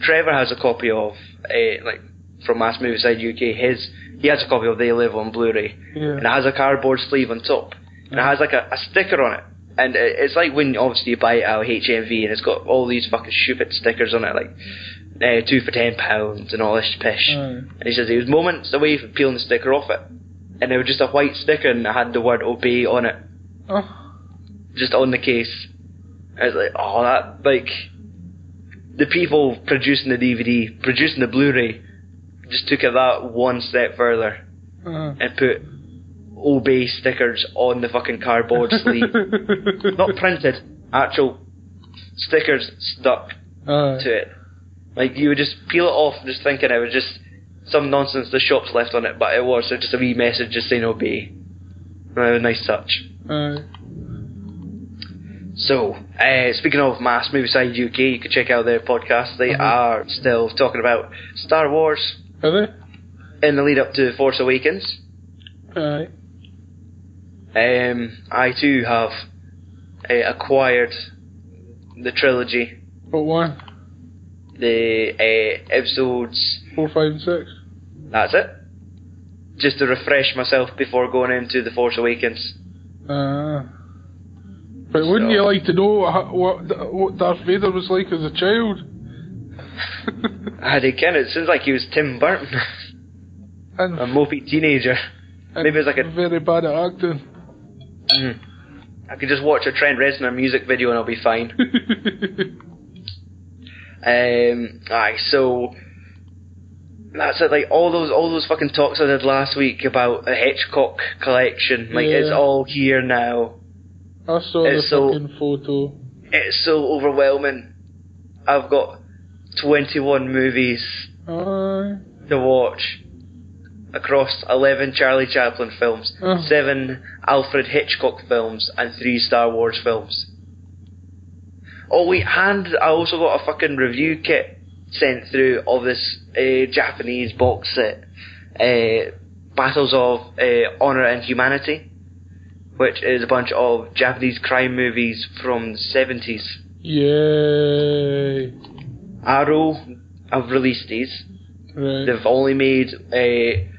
S1: Trevor has a copy of, uh, like, from Mass Movie Side UK, his he has a copy of They Live on Blu-ray, and it
S2: Yeah.
S1: has a cardboard sleeve on top, and it has like a, a sticker on it. And it- it's like when obviously you buy our HMV and it's got all these fucking stupid stickers on it, like uh, two for ten pounds and all this pish.
S2: Aye.
S1: And he says he was moments away from peeling the sticker off it. And it was just a white sticker and it had the word obey on it,
S2: Oh,
S1: just on the case. I was like, oh, that, like, the people producing the DVD, producing the Blu ray, just took it that one step further
S2: aye.
S1: and put obey stickers on the fucking cardboard sleeve. Not printed, actual stickers stuck
S2: Aye.
S1: to it. Like you would just peel it off, just thinking it was just some nonsense the shop's left on it, but it was so just a wee message just saying obey. Uh, nice touch.
S2: Aye.
S1: So, uh, speaking of Mass Movie Side UK, you can check out their podcast. They
S2: Mhm.
S1: are still talking about Star Wars
S2: Are
S1: in the lead up to Force Awakens.
S2: they? Aye.
S1: Um, I too have uh, acquired the trilogy,
S2: What one?
S1: the uh, episodes
S2: Four, five, and six.
S1: That's it. Just to refresh myself before going into The Force Awakens.
S2: Ah. But wouldn't
S1: So-
S2: you like to know what, what what Darth Vader was like as a child?
S1: I did ken it seems like he was Tim Burton,
S2: and,
S1: a mopey teenager. Um, maybe it's like a-
S2: very bad at acting.
S1: Hmm. I could just watch a Trent Reznor music video and I'll be fine. Um, aye, so that's it. Like all those all those fucking talks I did last week about a Hitchcock collection, like it's
S2: Yeah.
S1: all here now.
S2: I saw the
S1: It's Uh, so-
S2: fucking photo.
S1: It's so overwhelming. I've got twenty one movies
S2: Aye.
S1: to watch. across 11 Charlie Chaplin films,
S2: Oh.
S1: 7 Alfred Hitchcock films, and 3 Star Wars films. Oh wait, and I also got a fucking review kit sent through of this uh, Japanese box set, uh, Battles of uh, Honor and Humanity, which is a bunch of Japanese crime movies from the 70s.
S2: Yay.
S1: Arrow have released these.
S2: Right.
S1: They've only made uh,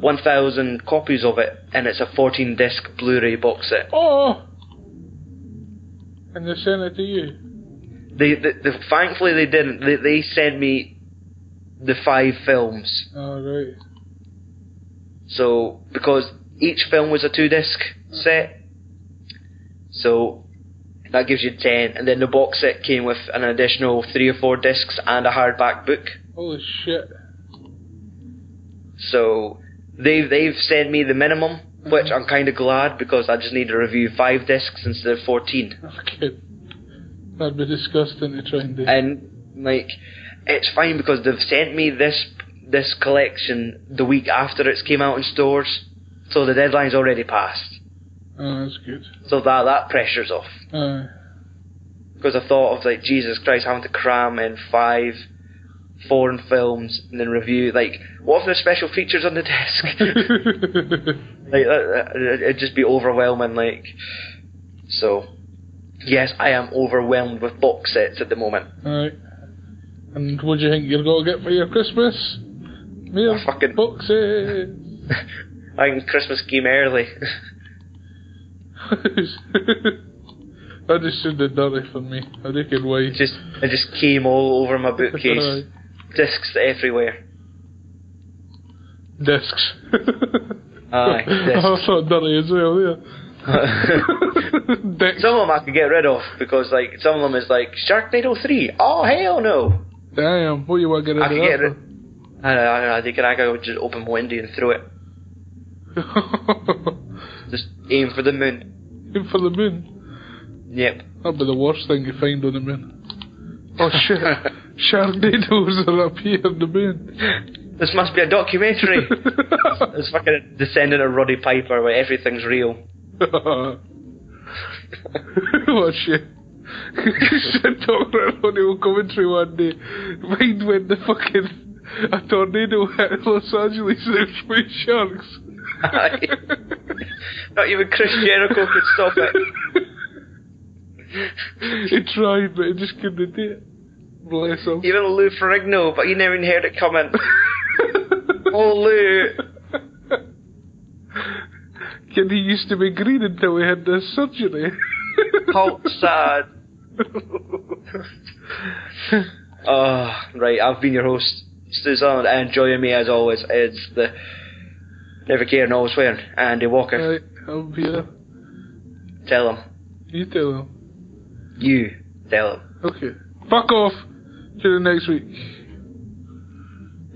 S1: 1,000 copies of it, and it's a 14 disc Blu ray box set.
S2: Oh! And they sent it to you.
S1: They, they, they, thankfully, they didn't. They, they sent me the five films.
S2: Oh, right.
S1: So, because each film was a two disc set, so that gives you 10. And then the box set came with an additional three or four discs and a hardback book.
S2: Holy shit.
S1: So they've they've sent me the minimum, which I'm kind of glad because I just need to review five discs instead of fourteen.
S2: Okay. That'd be disgusting to try and do.
S1: And like, it's fine because they've sent me this this collection the week after it's came out in stores, so the deadline's already passed.
S2: oh, that's good.
S1: So that that pressure's off
S2: Uh,
S1: because I thought of like Jesus Christ having to cram in five. Foreign films and then review. Like, what if there's special features on the disc? Like that, that- it'd just be overwhelming. Like, so yes, I am overwhelmed with box sets at the moment.
S2: Alright. And what do you think you're going to get for your Christmas? Mere
S1: A fucking-
S2: boxes.
S1: I think Christmas came early.
S2: that just sounded dirty for me. I reckon why.
S1: it just it just came all over my
S2: Aye.
S1: bookcase, discs everywhere.
S2: Discs.
S1: Aye,
S2: I thought dirty as well, yeah. Dicks.
S1: some of them I could get rid of because like some of them is like Sharknado three. Oh hell no!
S2: Damn, what you want to get
S1: I could get
S2: rid
S1: rid.
S2: of
S1: I don't know, I don't know. I think I could just open my window and throw it.
S2: that for?
S1: Just aim for the moon.
S2: Aim for the moon.
S1: Yep.
S2: That'd be the worst thing you find on the moon. Oh shit, Sharknadoes are up here on the moon.
S1: This must be a documentary. It's fucking descendant of Roddy Piper where everything's real.
S2: oh shit. Shit, Doctor O'Neill commentary one day. Mind when the fucking a tornado hit Los Angeles and it was sharks.
S1: Not even Chris Jericho could stop it.
S2: he tried, but he just couldn't do it. Bless him.
S1: Even Lou Ferrigno, but you never even heard it coming. oh, Lou.
S2: Kid, he used to be green until we had the surgery.
S1: How sad. Oh, right. I've been your host, Stu Sutherland, and joining me as always is the never caring, always wearing Andy Walker.
S2: right, I'm here.
S1: Tell him.
S2: You tell him.
S1: You tell him.
S2: Okay. Fuck off. Till next week.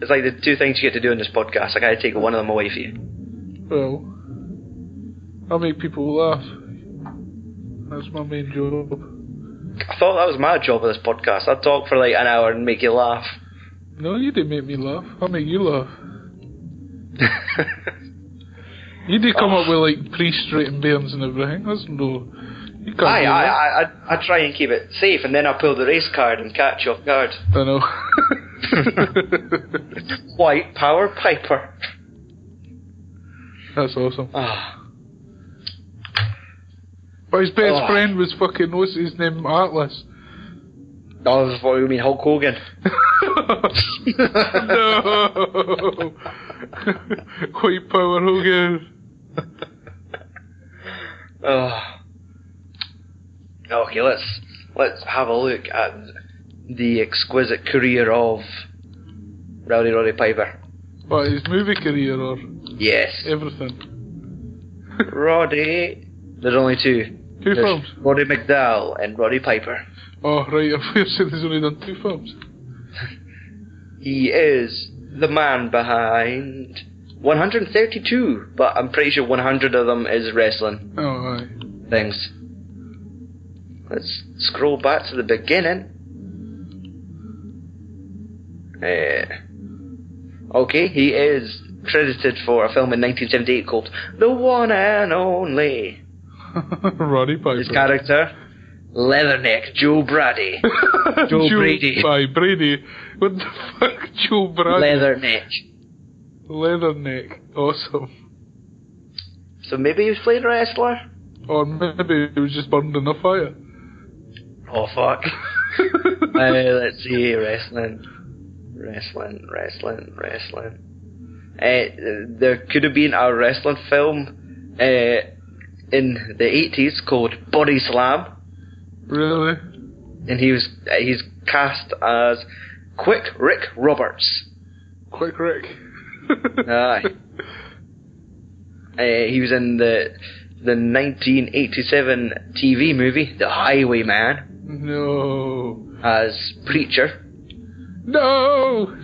S1: It's like the two things you get to do on this podcast. I gotta take one of them away from you.
S2: Well, I'll make people laugh. That's my main job.
S1: I thought that was my job of this podcast. I'd talk for like an hour and make you laugh.
S2: No, you didn't make me laugh. I'll make you laugh. You did come up with like pre-straightened bearings and everything. That's no. You can't
S1: Aye, I,
S2: do that.
S1: I, I, I try and keep it safe, and then I pull the race card and catch you off guard.
S2: I know.
S1: White Power Piper.
S2: That's awesome.
S1: Ah,
S2: But his best
S1: Oh.
S2: friend was fucking what's his name Atlas.
S1: oh, that's what you mean, Hulk Hogan.
S2: no. White power Hogan.
S1: Ah. Okay, let's let's have a look at the exquisite career of Rowdy Roddy Piper.
S2: What his movie career or
S1: Yes,
S2: everything?
S1: Roddy. There's only two.
S2: Two
S1: There's
S2: films.
S1: Roddy McDowell and Roddy Piper.
S2: Oh right, I've said he's only done two films.
S1: He is the man behind 132, but I'm pretty sure 100 of them is wrestling
S2: Oh aye.
S1: things. Let's scroll back to the beginning. Eh. okay, he is credited for a film in 1978 called The One and Only.
S2: Roddy Piper.
S1: His character, Leatherneck Joe Brady. Joe Brady.
S2: By Brady. What the fuck, Joe Brady?
S1: Leatherneck.
S2: Leatherneck. Awesome.
S1: So maybe he was playing a wrestler?
S2: Or maybe he was just burned in a fire.
S1: Oh fuck. uh, let's see, wrestling. Wrestling, wrestling, wrestling. Uh, there could have been a wrestling film uh, in the 80s called Body Slam.
S2: Really?
S1: and he was uh, he's cast as Quick Rick Roberts.
S2: Quick Rick.
S1: Aye. Uh, he was in the the 1987 TV movie The Highwayman
S2: No.
S1: as Preacher.
S2: No!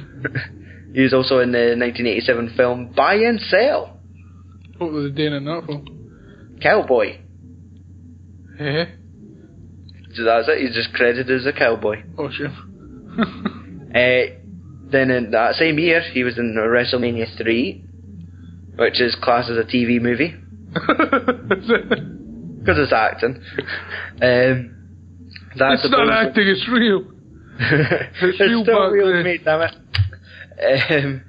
S1: He was also in the 1987 film Buy and Sell
S2: What was it doing in that film?
S1: Cowboy.
S2: Eh?
S1: So that's it. He's just credited as a cowboy.
S2: Oh, shame.
S1: Uh, then in that same year, he was in WrestleMania 3, which is classed as a TV movie. because it's acting. Um, that's
S2: it's not
S1: supposed-
S2: acting, it's real.
S1: it's
S2: real
S1: still
S2: back
S1: real to
S2: then.
S1: me, damn it. Um,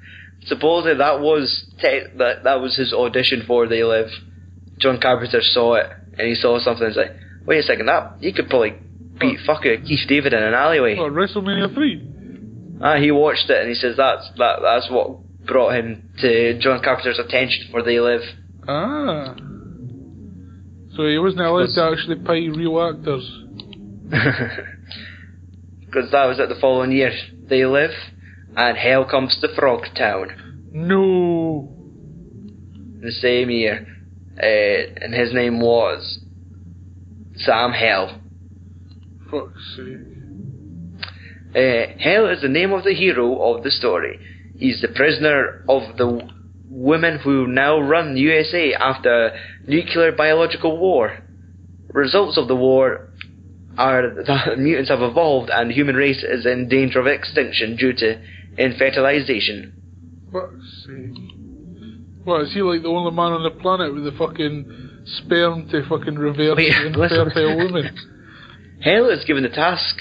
S1: supposedly that was te- that that was his audition for They Live. John Carpenter saw it and he saw something. and He's like, wait a second, that you could probably beat fucking Keith David in an alleyway.
S2: Oh, WrestleMania 3.
S1: Ah, he watched it and he says that's that that's what brought him to John Carpenter's attention for They Live.
S2: Ah. So he wasn't allowed to actually pay real actors.
S1: Because that was at the following year. They live, and Hell Comes to Frog Town
S2: No.
S1: the same year, uh, and his name was Sam Hell.
S2: Fuck's sake.
S1: Uh, Hell is the name of the hero of the story. He's the prisoner of the w- women who now run the USA after nuclear biological war. Results of the war are that mutants have evolved and the human race is in danger of extinction due to infertilization.
S2: Fuck's sake. What, is he like the only man on the planet with the fucking sperm to fucking reverse
S1: Wait,
S2: an
S1: listen.
S2: infertile woman?
S1: Hale is given the task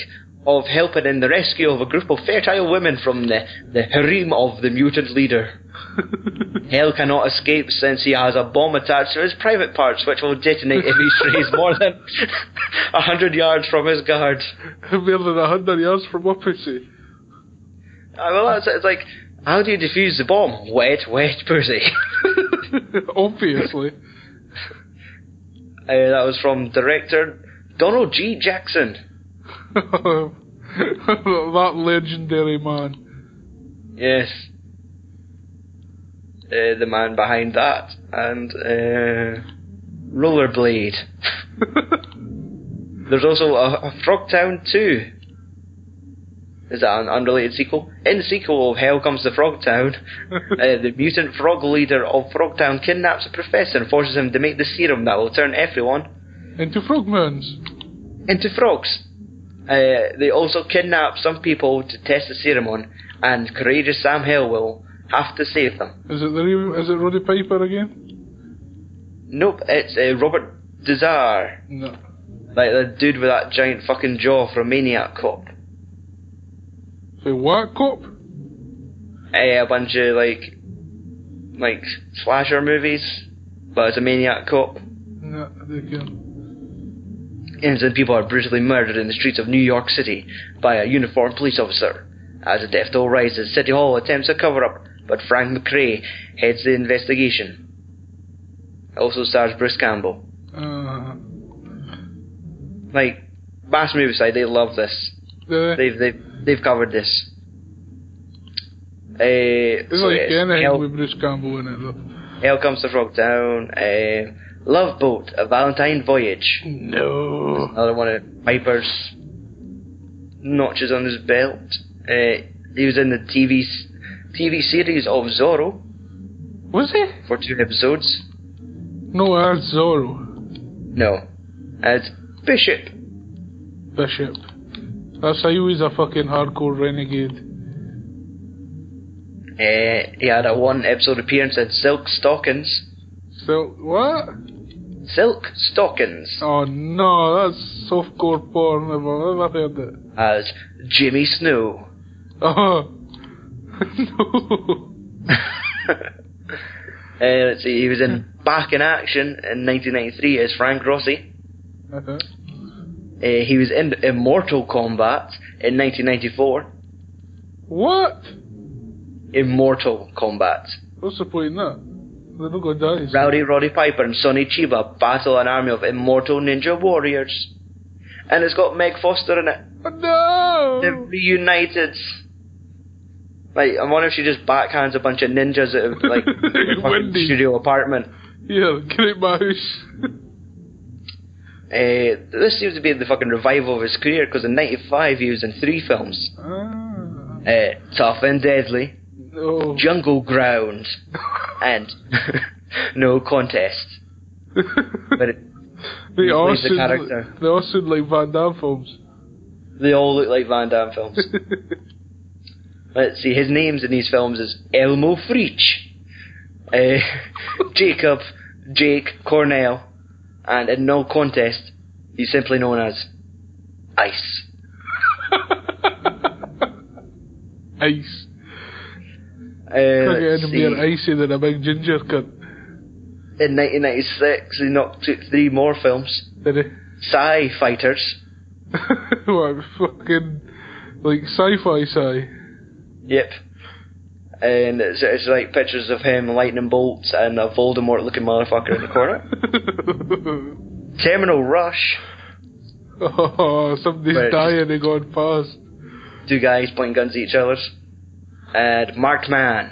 S1: of helping in the rescue of a group of fertile women from the, the harem of the mutant leader. Hale cannot escape since he has a bomb attached to his private parts, which will detonate if he strays more than a hundred yards from his guard.
S2: More than a hundred yards from a pussy.
S1: Uh, well, that's it. It's like, how do you defuse the bomb? Wet, wet pussy.
S2: Obviously.
S1: uh, that was from director Donald G. Jackson.
S2: that legendary man.
S1: Yes. Uh, the man behind that and uh, Rollerblade. There's also a, a Frogtown 2. Is that an unrelated sequel? In the sequel of Hell Comes to Frogtown, uh, the mutant frog leader of Frogtown kidnaps a professor and forces him to make the serum that will turn everyone
S2: Into frogmans.
S1: into frogs. Uh, they also kidnap some people to test the serum on, and courageous Sam Hill will have to save them.
S2: Is it the real, is it Roddy Piper again?
S1: Nope, it's uh, Robert Dazar,
S2: No.
S1: like the dude with that giant fucking jaw from Maniac Cop.
S2: Say what cop?
S1: Uh, a bunch of like, like slasher movies, but it's a Maniac Cop,
S2: No, again.
S1: and then people are brutally murdered in the streets of New York City by a uniformed police officer. As the death toll rises, City Hall attempts a cover-up, but Frank McRae heads the investigation. It also stars Bruce Campbell.
S2: Uh,
S1: Like, Bass Movie Side, they love this.
S2: the,
S1: they've they've they've covered this. Uh,
S2: it's
S1: so
S2: like
S1: yes,
S2: anything
S1: Hell,
S2: with Bruce Campbell in it though.
S1: Hell comes to Frog Town. Uh, Love Boat, a Valentine voyage.
S2: No.
S1: Another one of Piper's notches on his belt. Uh, he was in the TV s- TV series of Zorro
S2: Was he?
S1: for two episodes.
S2: No, that's Zorro.
S1: No, as Bishop.
S2: Bishop. That's how he was a fucking hardcore renegade.
S1: Uh, he had a one episode appearance in Silk Stockings.
S2: So what?
S1: Silk Stockings
S2: Oh no, that's softcore porn. I've never heard it.
S1: as Jimmy Snow.
S2: Oh no.
S1: uh, let's see, he was in Back in Action in 1993 as Frank Rossi.
S2: Uh-huh.
S1: Uh, he was in Immortal Kombat in 1994.
S2: What?
S1: Immortal Kombat.
S2: What's the point in that? They don't go die.
S1: Rowdy Roddy Piper and Sonny Chiba battle an army of immortal ninja warriors. And it's got Meg Foster in it.
S2: Oh, no.
S1: They're reunited. Like, I wonder if she just backhands a bunch of ninjas at like the fucking
S2: Wendy.
S1: studio apartment.
S2: Yeah, get it, my house.
S1: Uh, this seems to be the fucking revival of his career because in '95 he was in three films:
S2: ah. Oh.
S1: uh, Tough and Deadly,
S2: No.
S1: Jungle Ground, and No Contest. But it,
S2: they
S1: he
S2: all
S1: plays the
S2: sound-
S1: character.
S2: They all sound like Van Damme films.
S1: they all look like Van Damme films. Let's see, his names in these films is Elmo Freach, uh, Jacob, Jake Cornell, and in No Contest, he's simply known as Ice.
S2: Ice.
S1: Uh,
S2: Can't get
S1: let's
S2: any
S1: see.
S2: more icy than a big ginger cunt.
S1: In 1996, he knocked out three more films.
S2: Did he?
S1: Psy Fighters.
S2: what fucking like sci-fi sci?
S1: Yep. And it's, it's like pictures of him, lightning bolts, and a Voldemort looking motherfucker in the corner. Terminal Rush.
S2: oh, somebody's
S1: Right.
S2: dying and going past.
S1: Two guys pointing guns at each other. And Marked Man.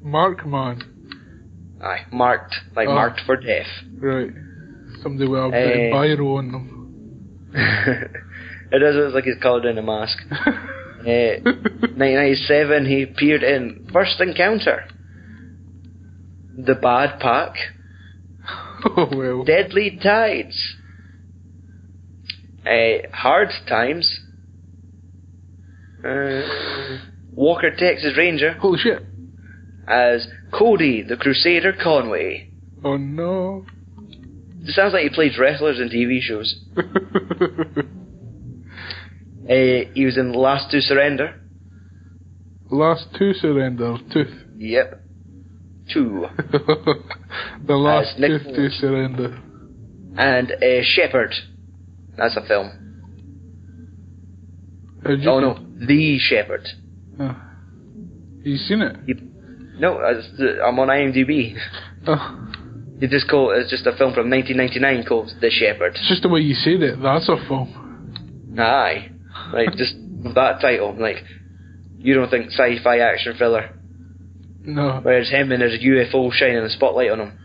S2: Mark man,
S1: Aye, marked. Like
S2: Oh.
S1: marked for death.
S2: right? Somebody with a
S1: Eh.
S2: big biro on them.
S1: it does look like he's covered in a mask. Eh, 1997, he appeared in First Encounter. The Bad Pack.
S2: oh well.
S1: Deadly Tides. Uh, hard Times. Uh, Walker, Texas Ranger
S2: Holy shit!
S1: as Cody the Crusader Conway.
S2: Oh no.
S1: It sounds like he plays wrestlers in TV shows. Uh, he was in Last to Surrender.
S2: last two surrender tooth.
S1: Yep. Two.
S2: the last
S1: Nick
S2: tooth to
S1: Fuller.
S2: surrender.
S1: And uh, Shepherd. That's a film.
S2: How'd you Oh.
S1: Oh no, The Shepherd.
S2: You seen it?
S1: No, that's the- I'm on IMDb.
S2: Oh,
S1: It just called, it's just a film from 1999 called The Shepherd.
S2: it's just the way you said it. That's a film.
S1: Aye. Like, just that title. Like, you don't think sci fi action thriller.
S2: No,
S1: Whereas him and his UFO shining the spotlight on him.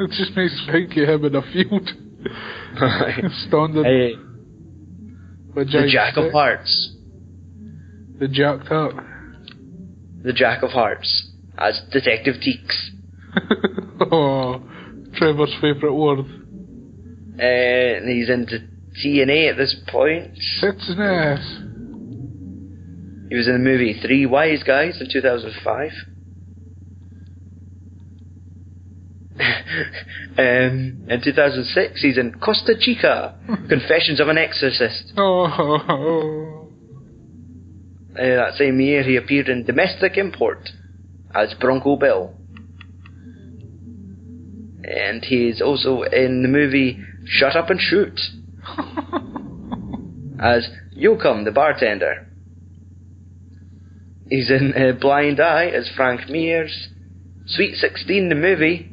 S2: it just makes me think of him in a field, standing
S1: Eh,
S2: with
S1: the
S2: giant
S1: Jack of
S2: stick.
S1: Hearts.
S2: The jacked up.
S1: The Jack of Hearts. As Detective Teeks.
S2: oh, Trevor's favourite word.
S1: Uh, and he's into TNA at this point.
S2: It's an ass.
S1: He was in the movie Three Wise Guys in 2005. um, in 2006, he's in Costa Chica Confessions of an Exorcist.
S2: Oh,
S1: Uh, that same year, he appeared in Domestic Import as Bronco Bill. And he's also in the movie Shut Up and Shoot as Yoakum the bartender. He's in uh, Blind Eye as Frank Mears. Sweet 16, the movie,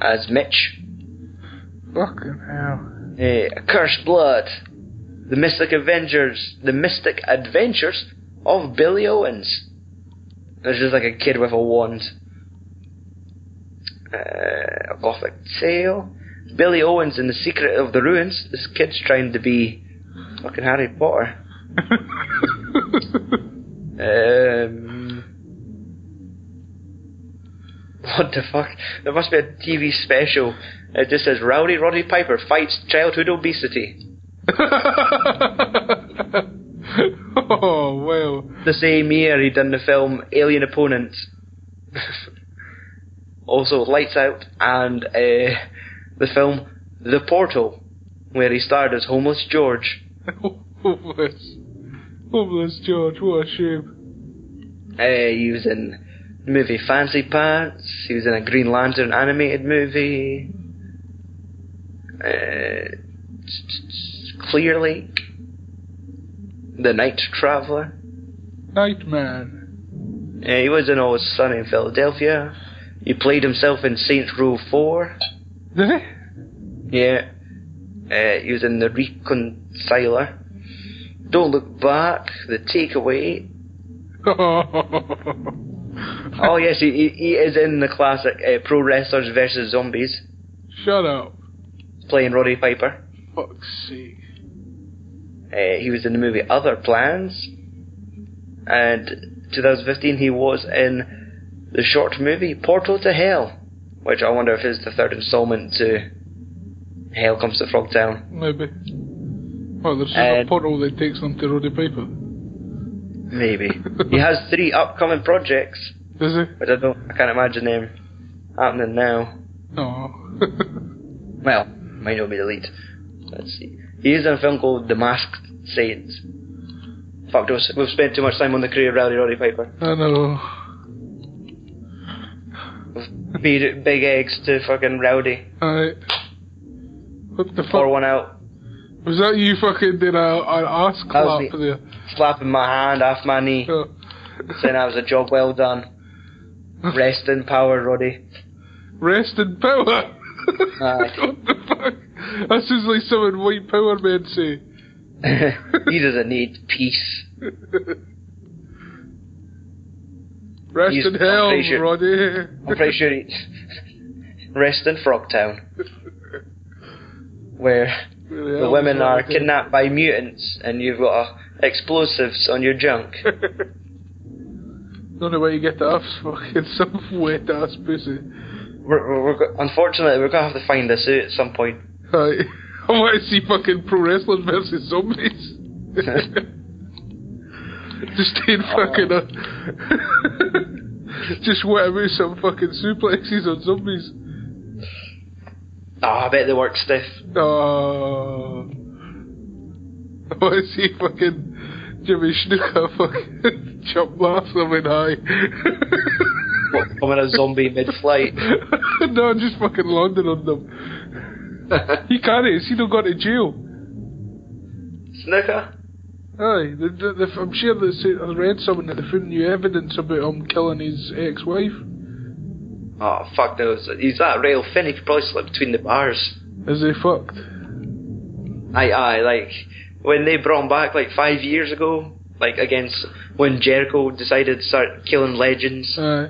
S1: as Mitch.
S2: fucking hell.
S1: Uh, Cursed Blood. The Mystic Avengers. The Mystic Adventures of Billy Owens. There's just like a kid with a wand. Uh, a gothic tale. Billy Owens in The Secret of the Ruins. This kid's trying to be fucking Harry Potter. Um, what the fuck? There must be a TV special. It just says Rowdy Roddy Piper fights childhood obesity.
S2: oh well.
S1: The same year he done the film Alien Opponents, also Lights Out, and uh, the film The Portal, where he starred as homeless George.
S2: Homeless. Homeless George, what a shame.
S1: Uh, he was in the movie Fancy Pants. He was in a Green Lantern animated movie. Uh, Clear Lake. The Night Traveller.
S2: Nightman.
S1: Uh, he was in Always Sunny in Philadelphia. He played himself in Saints Row 4.
S2: Did he?
S1: Yeah. Uh, he was in The Reconciler. Don't Look Back. The Takeaway. Oh, yes, he, he, he is in the classic uh, Pro Wrestlers vs. Zombies,
S2: Shut up.
S1: playing Roddy Piper.
S2: Fuck's sake.
S1: Uh, he was in the movie Other Plans. And 2015, he was in the short movie Portal to Hell, which I wonder if is the third installment to Hell Comes to Frog Town.
S2: Maybe. Well, there's just
S1: Uh,
S2: a portal that takes them to Roddy Piper.
S1: Maybe. he has three upcoming projects,
S2: Does he?
S1: but I don't, I can't imagine them happening now.
S2: No.
S1: Well, might not be the lead. Let's see. He is in a film called The Masked Saint. Fuck, we've- we've spent too much time on the career of Rowdy Roddy Piper.
S2: I know.
S1: We've beat big eggs to fucking Rowdy.
S2: Alright. What the
S1: Pour
S2: fuck?
S1: one out,
S2: Was that you fucking did a, an ass clap
S1: me.
S2: there?
S1: slapping my hand off my knee,
S2: Oh.
S1: saying that was a job well done. Rest in power, Roddy.
S2: Rest in power!
S1: Aye.
S2: what the fuck? That sounds like something white power men say.
S1: he doesn't need peace.
S2: Rest
S1: He's-
S2: in
S1: I'm
S2: hell,
S1: pretty sure-
S2: Roddy.
S1: I'm pretty sure he. Rest in Frogtown. Where
S2: Really,
S1: the
S2: I
S1: women
S2: was
S1: are
S2: wondering.
S1: kidnapped by mutants and you've got uh, explosives on your junk.
S2: The only way you get that off's fucking some wet ass pussy.
S1: We're, we're, we're go- unfortunately, we're gonna have to find this out at some point.
S2: Aye. I want to see fucking pro wrestling versus zombies. Just in fucking. Uh, just wet about some fucking suplexes on zombies.
S1: Oh, I bet they work stiff.
S2: Oh. I want to see fucking Jimmy Snooker fucking jump off them in high.
S1: What, Becoming a zombie mid-flight.
S2: no, I'm just fucking landing on them. he can't, he's he don't got to jail.
S1: Snooker?
S2: Aye, the, the, the, I'm sure that s- I read something that they found new evidence about him killing his ex-wife.
S1: Oh, fuck those. He's that rail fin, he could probably slip between the bars.
S2: Is they fucked?
S1: Aye, aye, like, when they brought him back, like, five years ago, like, against, when Jericho decided to start killing legends,
S2: Aye.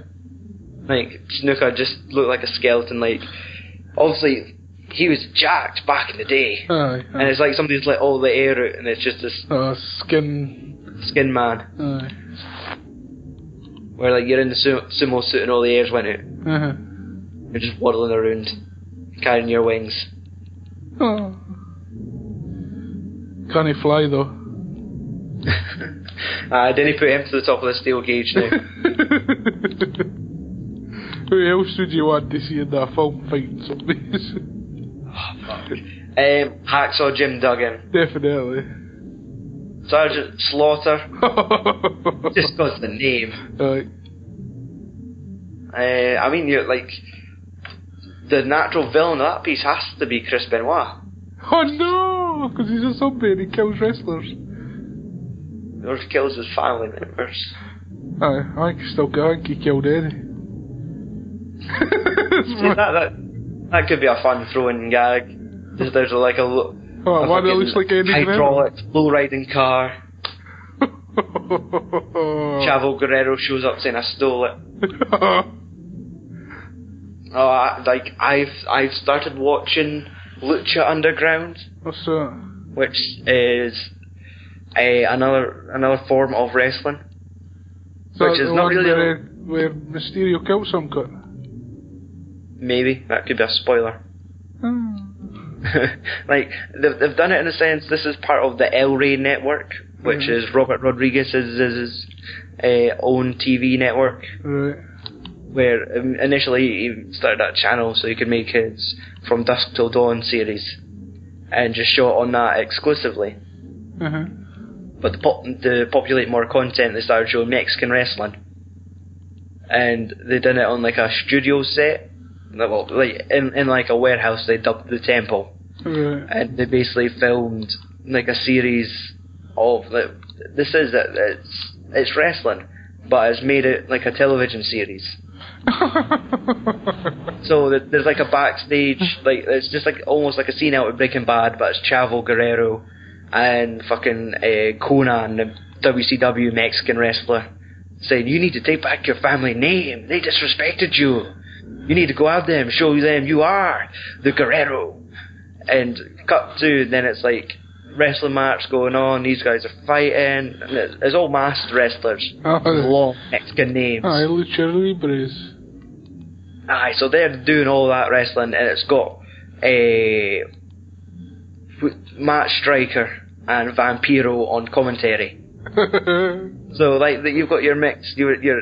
S1: like, Snooker just looked like a skeleton, like, obviously, he was jacked back in the day.
S2: Aye.
S1: And
S2: aye.
S1: it's like somebody's let all the air out, and it's just this
S2: Oh, skin.
S1: skin man.
S2: Aye.
S1: Where like you're in the su- sumo suit and all the airs went out.
S2: Uh-huh.
S1: You're just waddling around, carrying your wings.
S2: Oh. Can he fly though?
S1: uh, then he put him to the top of the steel cage now.
S2: Who else would you want to see in that film fighting zombies?
S1: um, Hacksaw Jim Duggan.
S2: Definitely.
S1: Sergeant Slaughter. Just because the name.
S2: Aye.
S1: Uh, I mean, you're like. The natural villain of that piece has to be Chris Benoit.
S2: Oh no! Because he's a zombie and he kills wrestlers.
S1: Or kills his family members.
S2: Aye, I think he still got, I think he killed Eddie.
S1: See, that, that, that could be a fun throw-in gag. Just there's like a, lo-
S2: oh,
S1: a
S2: one that looks like
S1: fucking
S2: Eddie
S1: hydraulic, low-riding car.
S2: Guerrero.
S1: Chavo Guerrero shows up saying I stole it. Oh, I, like I've I've started watching Lucha Underground,
S2: What's that?
S1: which is a another another form of wrestling.
S2: Is
S1: Which
S2: that
S1: is
S2: the
S1: not
S2: one
S1: really a-
S2: where, where Mysterio killed some cut.
S1: Maybe that could be a spoiler.
S2: Hmm.
S1: like they've they've done it in a sense. This is part of the El Rey network, which
S2: Mhm.
S1: is Robert Rodriguez's uh, own TV network,
S2: Right.
S1: where um, initially he started that channel so he could make his From Dusk Till Dawn series, and just shot on that exclusively.
S2: Uh-huh.
S1: But to, pop- to populate more content, they started showing Mexican wrestling, and they done it on like a studio set. like, Well, like in, in like a warehouse, they dubbed the temple,
S2: Right.
S1: and they basically filmed like a series of like, this is it. It's it's wrestling, but it's made it like a television series. So th- there's like a backstage, like it's just like almost like a scene out of Breaking Bad, but it's Chavo Guerrero and fucking uh, Conan, the WCW Mexican wrestler, saying you need to take back your family name. They disrespected you. You need to go out there and show them you are the Guerrero. And cut to then it's like wrestling match going on. These guys are fighting. And it's, it's all masked wrestlers,
S2: oh,
S1: long Mexican names.
S2: aye, Lucha Libres.
S1: Aye, so they're doing all that wrestling, and it's got a Matt Striker and Vampiro on commentary. So like that, you've got your mix, your your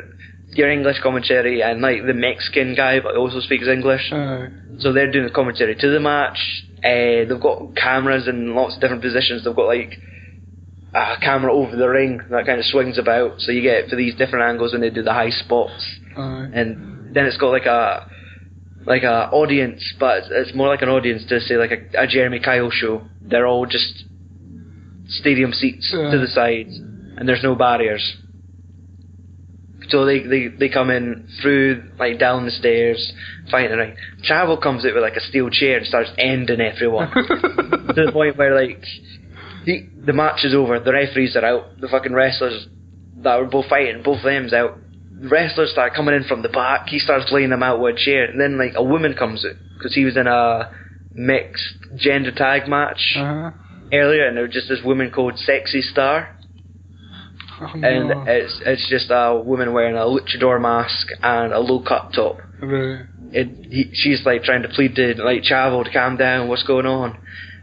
S1: your English commentary, and like the Mexican guy, but also speaks English.
S2: aye.
S1: So they're doing the commentary to the match. Uh, they've got cameras in lots of different positions. They've got like a camera over the ring that kind of swings about, so you get it for these different angles, and they do the high spots
S2: Aye.
S1: Mm-hmm. and then it's got like a like a audience, but it's- it's more like an audience to say like a, a Jeremy Kyle show. They're all just stadium seats to
S2: Yeah.
S1: the sides, and there's no barriers. So they, they they come in through like down the stairs, fighting the ring. Travel comes out with like a steel chair and starts ending everyone to the point where like the the match is over, the referees are out, the fucking wrestlers that were both fighting, both of them's out. The wrestlers start coming in from the back. He starts laying them out with a chair, and then like a woman comes in because he was in a mixed gender tag match
S2: uh-huh.
S1: earlier, and there was just this woman called Sexy Star,
S2: Oh,
S1: and
S2: no.
S1: it's it's just a woman wearing a luchador mask and a low cut top.
S2: Right.
S1: And he, she's like trying to plead to like Chavo to calm down, what's going on,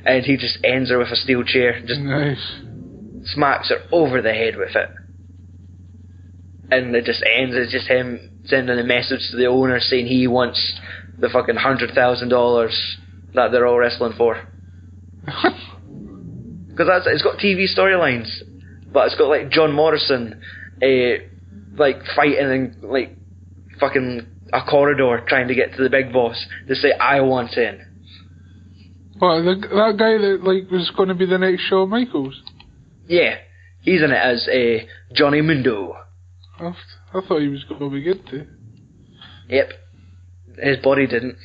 S1: and he just ends her with a steel chair, just
S2: Nice.
S1: smacks her over the head with it. And it just ends. It's just him sending a message to the owner saying he wants the fucking hundred thousand dollars that they're all wrestling for. Because that's it's got TV storylines, but it's got like John Morrison, eh, like fighting and like fucking a corridor trying to get to the big boss to say I want in.
S2: What, the, that guy that like was going to be the next Shawn Michaels?
S1: Yeah, he's in it as a Johnny Mundo.
S2: I, th- I thought he was going to be good too.
S1: Yep, his body didn't.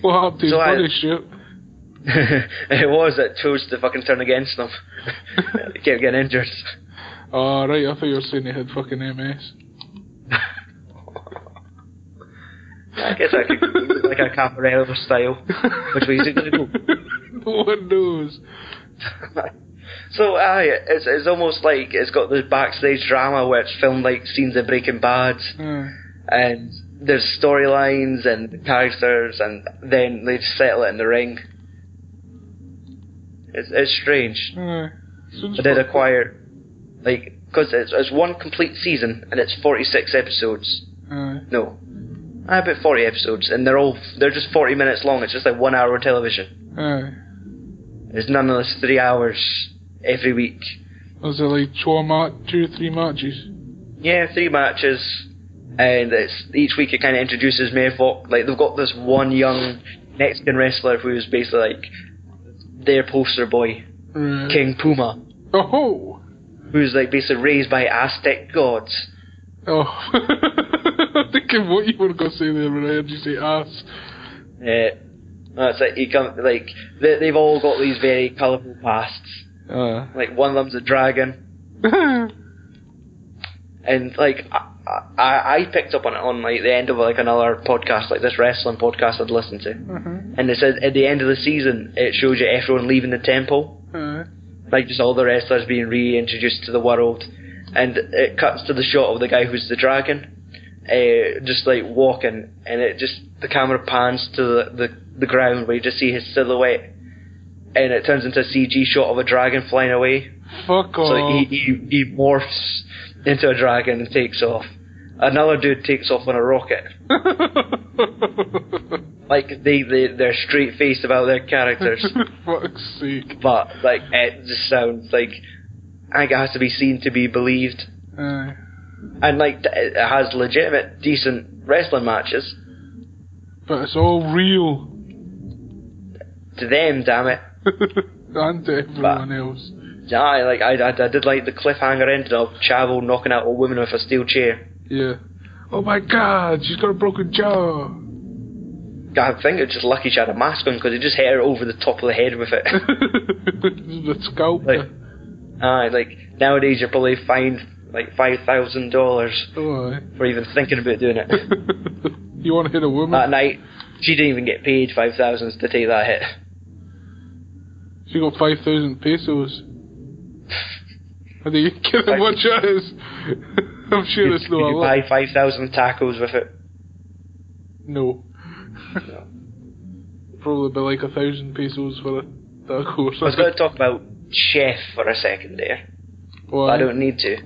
S2: what happened to his
S1: So I-
S2: body shape?
S1: it was that chose to fucking turn against them. They kept getting injured.
S2: Oh, right, I thought you were saying he had fucking MS.
S1: I guess I could like a Caparello style, which way is it going to go?
S2: no one knows.
S1: so aye, it's it's almost like it's got this backstage drama where it's filmed like scenes of Breaking Bad,
S2: Aye.
S1: and there's storylines and characters, and then they just settle it in the ring. It's it's strange.
S2: Aye. Sounds
S1: I did
S2: fucked.
S1: acquire, like, because it's, it's one complete season and it's 46 episodes.
S2: Aye.
S1: No. I about 40 episodes and they're all, they're just 40 minutes long. It's just like one hour of television.
S2: Aye.
S1: There's none of this three hours every week.
S2: Was it like two, ma- two or three matches?
S1: Yeah, three matches. And it's each week it kind of introduces Merfolk. Like, they've got this one young Mexican wrestler who's basically like their poster boy,
S2: Right.
S1: King Puma,
S2: Oh!
S1: who's like basically raised by Aztec gods.
S2: Oh. I'm thinking what you were going to say there when I heard you say ass.
S1: Yeah. No, it's like you come like they, they've all got these very colourful pasts.
S2: Uh.
S1: Like one of them's a dragon,
S2: Uh-huh.
S1: and like I, I, I picked up on it on like the end of like another podcast, like this wrestling podcast I'd listened to, and it said at the end of the season it shows you everyone leaving the temple,
S2: Aye.
S1: like just all the wrestlers being reintroduced to the world, and it cuts to the shot of the guy who's the dragon, uh, just like walking, and it just the camera pans to the the, the ground where you just see his silhouette, and it turns into a CG shot of a dragon flying away.
S2: Fuck
S1: So he,
S2: off.
S1: he, he morphs into a dragon and takes off. Another dude takes off on a rocket. Like they, they they're straight faced about their characters,
S2: Fuck's sake.
S1: but like it just sounds like I think it has to be seen to be believed.
S2: Aye.
S1: And like th- it has legitimate decent wrestling matches.
S2: but it's all real.
S1: To them, damn it.
S2: and to everyone else.
S1: Yeah, I like I, I, I did like the cliffhanger ended of Chavo knocking out a woman with a steel chair.
S2: Yeah. Oh my god, she's got a broken jaw.
S1: I think it's just lucky she had a mask on because he just hit her over the top of the head with it.
S2: the sculptor.
S1: Like- Aye, like nowadays you're probably fined like five thousand dollars
S2: Oh, aye.
S1: for even thinking about doing it.
S2: you want to hit a woman?
S1: that night, she didn't even get paid five thousands to take that hit.
S2: She got 5,000 pesos. Are you
S1: Five-
S2: kidding? How much that is? I'm sure
S1: Could
S2: it's not
S1: you
S2: a lot.
S1: buy five thousand tacos with it?
S2: No. Probably be like a thousand pesos for a taco or
S1: I was going
S2: something.
S1: to talk about chef for a second there,
S2: Why?
S1: but I don't need to.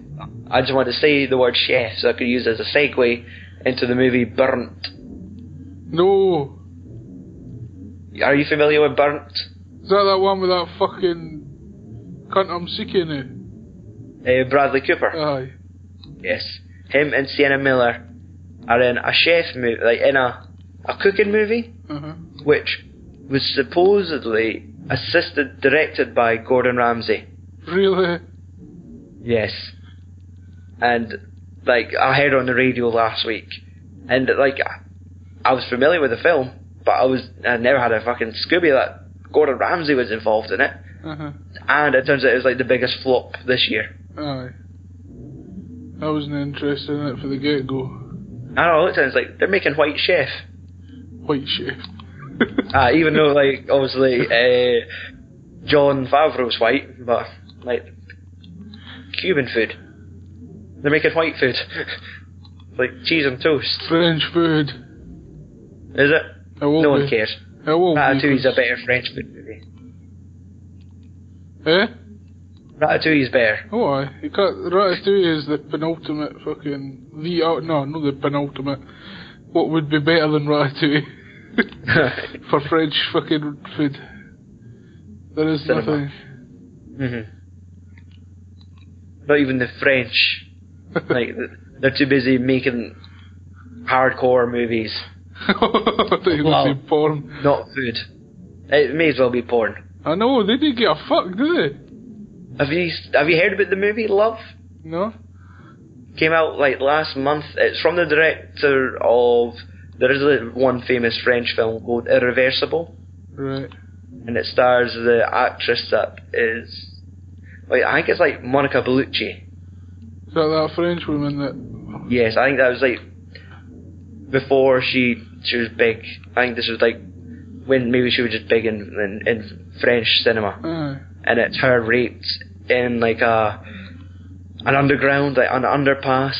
S1: I just wanted to say the word chef so I could use it as a segue into the movie Burnt.
S2: No.
S1: Are you familiar with Burnt?
S2: Is that that one with that fucking cunt I'm seeking it?
S1: Uh, Bradley Cooper.
S2: Aye.
S1: Yes, him and Sienna Miller are in a chef movie, like in a a cooking movie,
S2: Uh-huh.
S1: which was supposedly assisted directed by Gordon Ramsay.
S2: Really?
S1: Yes, and like I heard on the radio last week, and like I, I was familiar with the film, but I was I never had a fucking Scooby that Gordon Ramsay was involved in it,
S2: Uh-huh.
S1: and it turns out it was like the biggest flop this year.
S2: Aye. I wasn't interested in it for the get-go.
S1: I don't know, it sounds like they're making White Chef.
S2: White shift.
S1: Uh, even though, like, obviously, uh, John Favreau's white, but, like, Cuban food. They're making white food. like, cheese and toast.
S2: French food.
S1: Is it?
S2: I won't
S1: No
S2: be.
S1: one cares.
S2: I won't be,
S1: Ratatouille's a
S2: 'cause-
S1: better French food movie.
S2: Eh?
S1: Ratatouille's better.
S2: Oh, aye. You can't, Ratatouille is the penultimate fucking. The oh, no, not the penultimate. What would be better than Ratatouille for French fucking food? There is
S1: Cinema.
S2: nothing.
S1: hmm Not even the French. Like, they're too busy making hardcore movies,
S2: I thought you were gonna say porn.
S1: not food. It may as well be porn.
S2: I know they didn't get a fuck, did they?
S1: Have you have you heard about the movie Love?
S2: No.
S1: came out like last month. It's from the director of there is a- one famous French film called Irreversible,
S2: Right.
S1: and it stars the actress that is like I think it's like Monica Bellucci.
S2: Is that that French woman that?
S1: Yes, I think that was like before she she was big. I think this was like when maybe she was just big in in, in French cinema,
S2: Aye.
S1: and it's her raped in like a an underground like an underpass.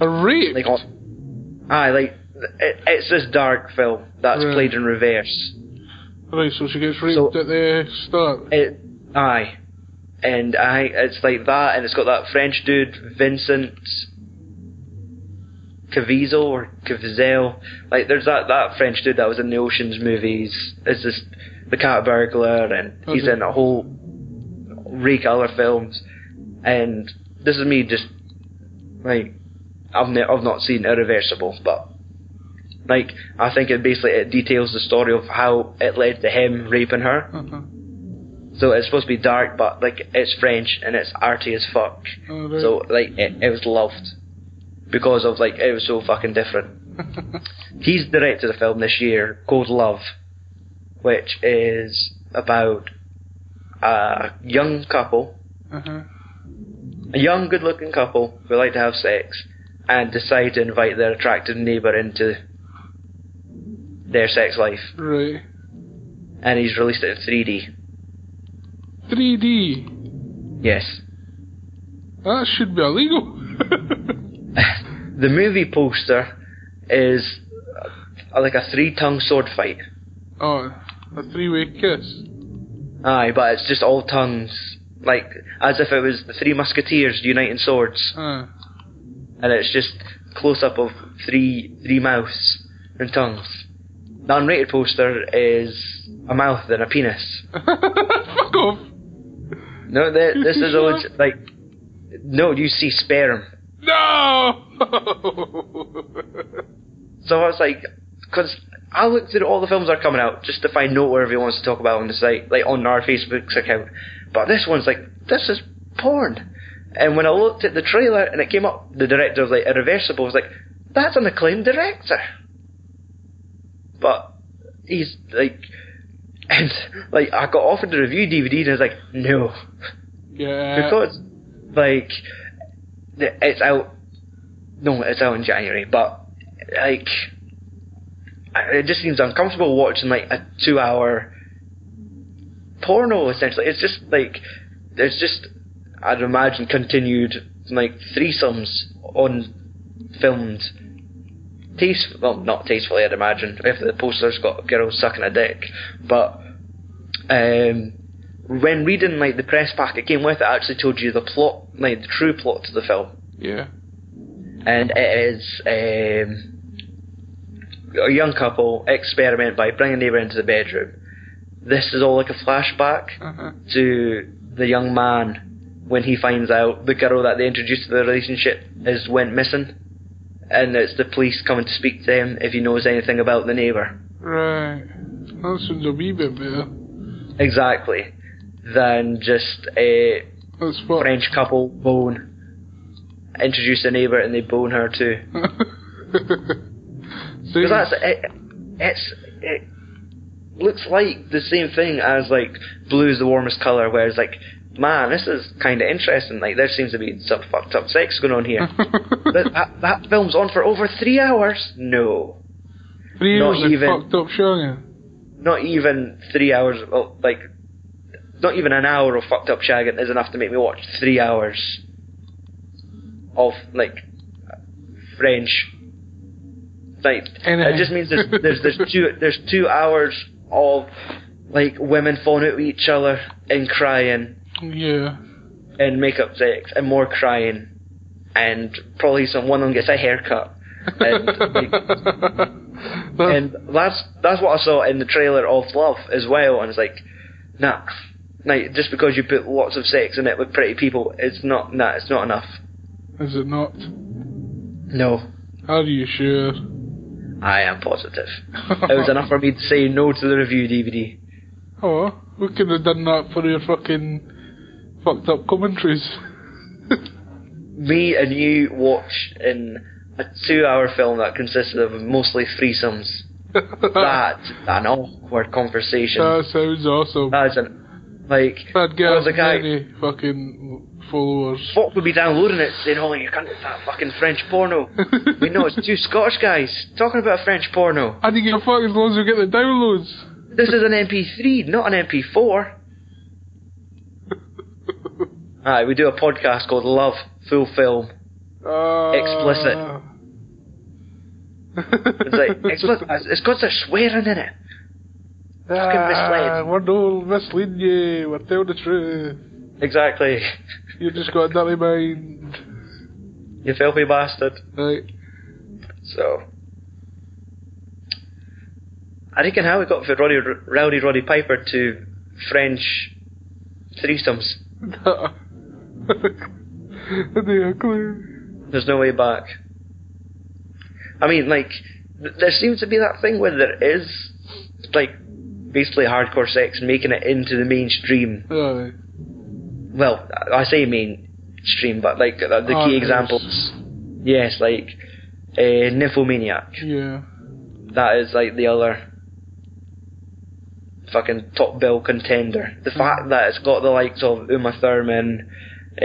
S2: A rape.
S1: like all, aye, like it, it's this dark film that's
S2: Right.
S1: played in reverse.
S2: right. So she gets raped
S1: So-
S2: at the start.
S1: It, aye, and I it's like that, and it's got that French dude Vincent Caviezel or Caviezel. Like there's that that French dude that was in the Ocean's movies. It's just the Cat Burglar, and he's
S2: Okay.
S1: in a whole rake of other films. And this is me just like I've ne- I've not seen Irreversible, but like I think it basically it details the story of how it led to him raping her.
S2: Uh-huh.
S1: So it's supposed to be dark, but like it's French and it's arty as fuck.
S2: Oh, right.
S1: So like it, it was loved because of like it was so fucking different. He's directed a film this year called Love, which is about a young couple,
S2: uh-huh.
S1: a young good-looking couple who like to have sex and decide to invite their attractive neighbor into their sex life,
S2: Right.
S1: and he's released it in 3D.
S2: 3D.
S1: Yes.
S2: That should be illegal.
S1: the movie poster is uh, like a three tongue sword fight.
S2: oh, a three-way kiss.
S1: Aye, but it's just all tongues. Like, as if it was the Three Musketeers uniting swords.
S2: Uh,
S1: And it's just close up of three three mouths and tongues. The unrated poster is a mouth and a penis.
S2: Fuck off.
S1: No, th- this is always like. No, you see sperm.
S2: No.
S1: So I was like, because I looked through all the films that are coming out just to find out what everyone wants to talk about on the site, like on our Facebook's account. But this one's like, this is porn. And when I looked at the trailer and it came up, the director was like, Irreversible was like, that's an acclaimed director. But he's like, and like I got offered the review DVD and I was like, no,
S2: yeah.
S1: because like th- it's out no it's out in january but like I- it just seems uncomfortable watching like a two hour porno essentially it's just like there's just i'd imagine continued like threesomes on filmed taste well not tastefully i'd imagine if the poster's got girls sucking a dick but um when reading like the press pack it came with it actually told you the plot like the true plot to the film
S2: Yeah.
S1: and it is um, a young couple experiment by bringing a neighbour into the bedroom this is all like a flashback
S2: Uh-huh.
S1: to the young man when he finds out the girl that they introduced to the relationship is went missing and it's the police coming to speak to him if he knows anything about the neighbour
S2: Right. That sounds a wee bit better.
S1: exactly than just uh, a
S2: That's what.
S1: French couple bone. Introduce a neighbour and they bone her too.
S2: See,
S1: Because that's it. It's it looks like the same thing as like blue is the warmest colour. Whereas like man, this is kind of interesting. Like there seems to be some fucked up sex going on
S2: Mm.
S1: here. that, that that film's on for over three hours. No,
S2: three
S1: not
S2: hours of
S1: even-
S2: fucked up shagging.
S1: not even three hours. Well, like not even an hour of fucked up shagging is enough to make me watch three hours of like French. Like
S2: Anyway.
S1: it just means there's there's there's two there's two hours of like women falling out with each other and crying
S2: Yeah.
S1: and makeup sex and more crying and probably some one of them gets a haircut and like,
S2: That's-
S1: and that's that's what I saw in the trailer of Love as well, and it's like, nah, like just because you put lots of sex in it with pretty people, it's not nah, it's not enough.
S2: is it not?
S1: No,
S2: Are you sure?
S1: I am positive. It was enough for me to say no to the review DVD.
S2: Oh, we could have done that for your fucking fucked up commentaries.
S1: Me and you watch in a two-hour film that consisted of mostly threesomes.
S2: that,
S1: That's an awkward conversation.
S2: sounds awesome.
S1: That's an like.
S2: That
S1: there
S2: girl
S1: was a guy.
S2: many fucking followers.
S1: Fuck would be downloading it, saying, "Oh, you can't get that fucking French porno." We know it's two Scottish guys talking about a French porno.
S2: I think you're fucking as long as we get the downloads.
S1: This is an MP3, not an MP4. Aye, we do a podcast called Love Full Film.
S2: Uh,
S1: Explicit. It's like explicit. It's got such swearing in it.
S2: Ah,
S1: misled.
S2: We're no misleading you. We're telling the truth.
S1: Exactly.
S2: You just got a dirty mind.
S1: You filthy bastard.
S2: Right.
S1: So. I reckon how we got for Roddy, Rowdy Roddy Piper to French threesomes.
S2: the clue.
S1: There's no way back. I mean, like, th- there seems to be that thing where there is, like, basically hardcore sex making it into the mainstream.
S2: Aye.
S1: Well, I- I say mainstream, but, like, uh, the
S2: Oh,
S1: key
S2: yes.
S1: examples. Yes, like, uh, Nymphomaniac.
S2: Yeah.
S1: That is, like, the other fucking top bill contender. The fact that it's got the likes of Uma Thurman, uh,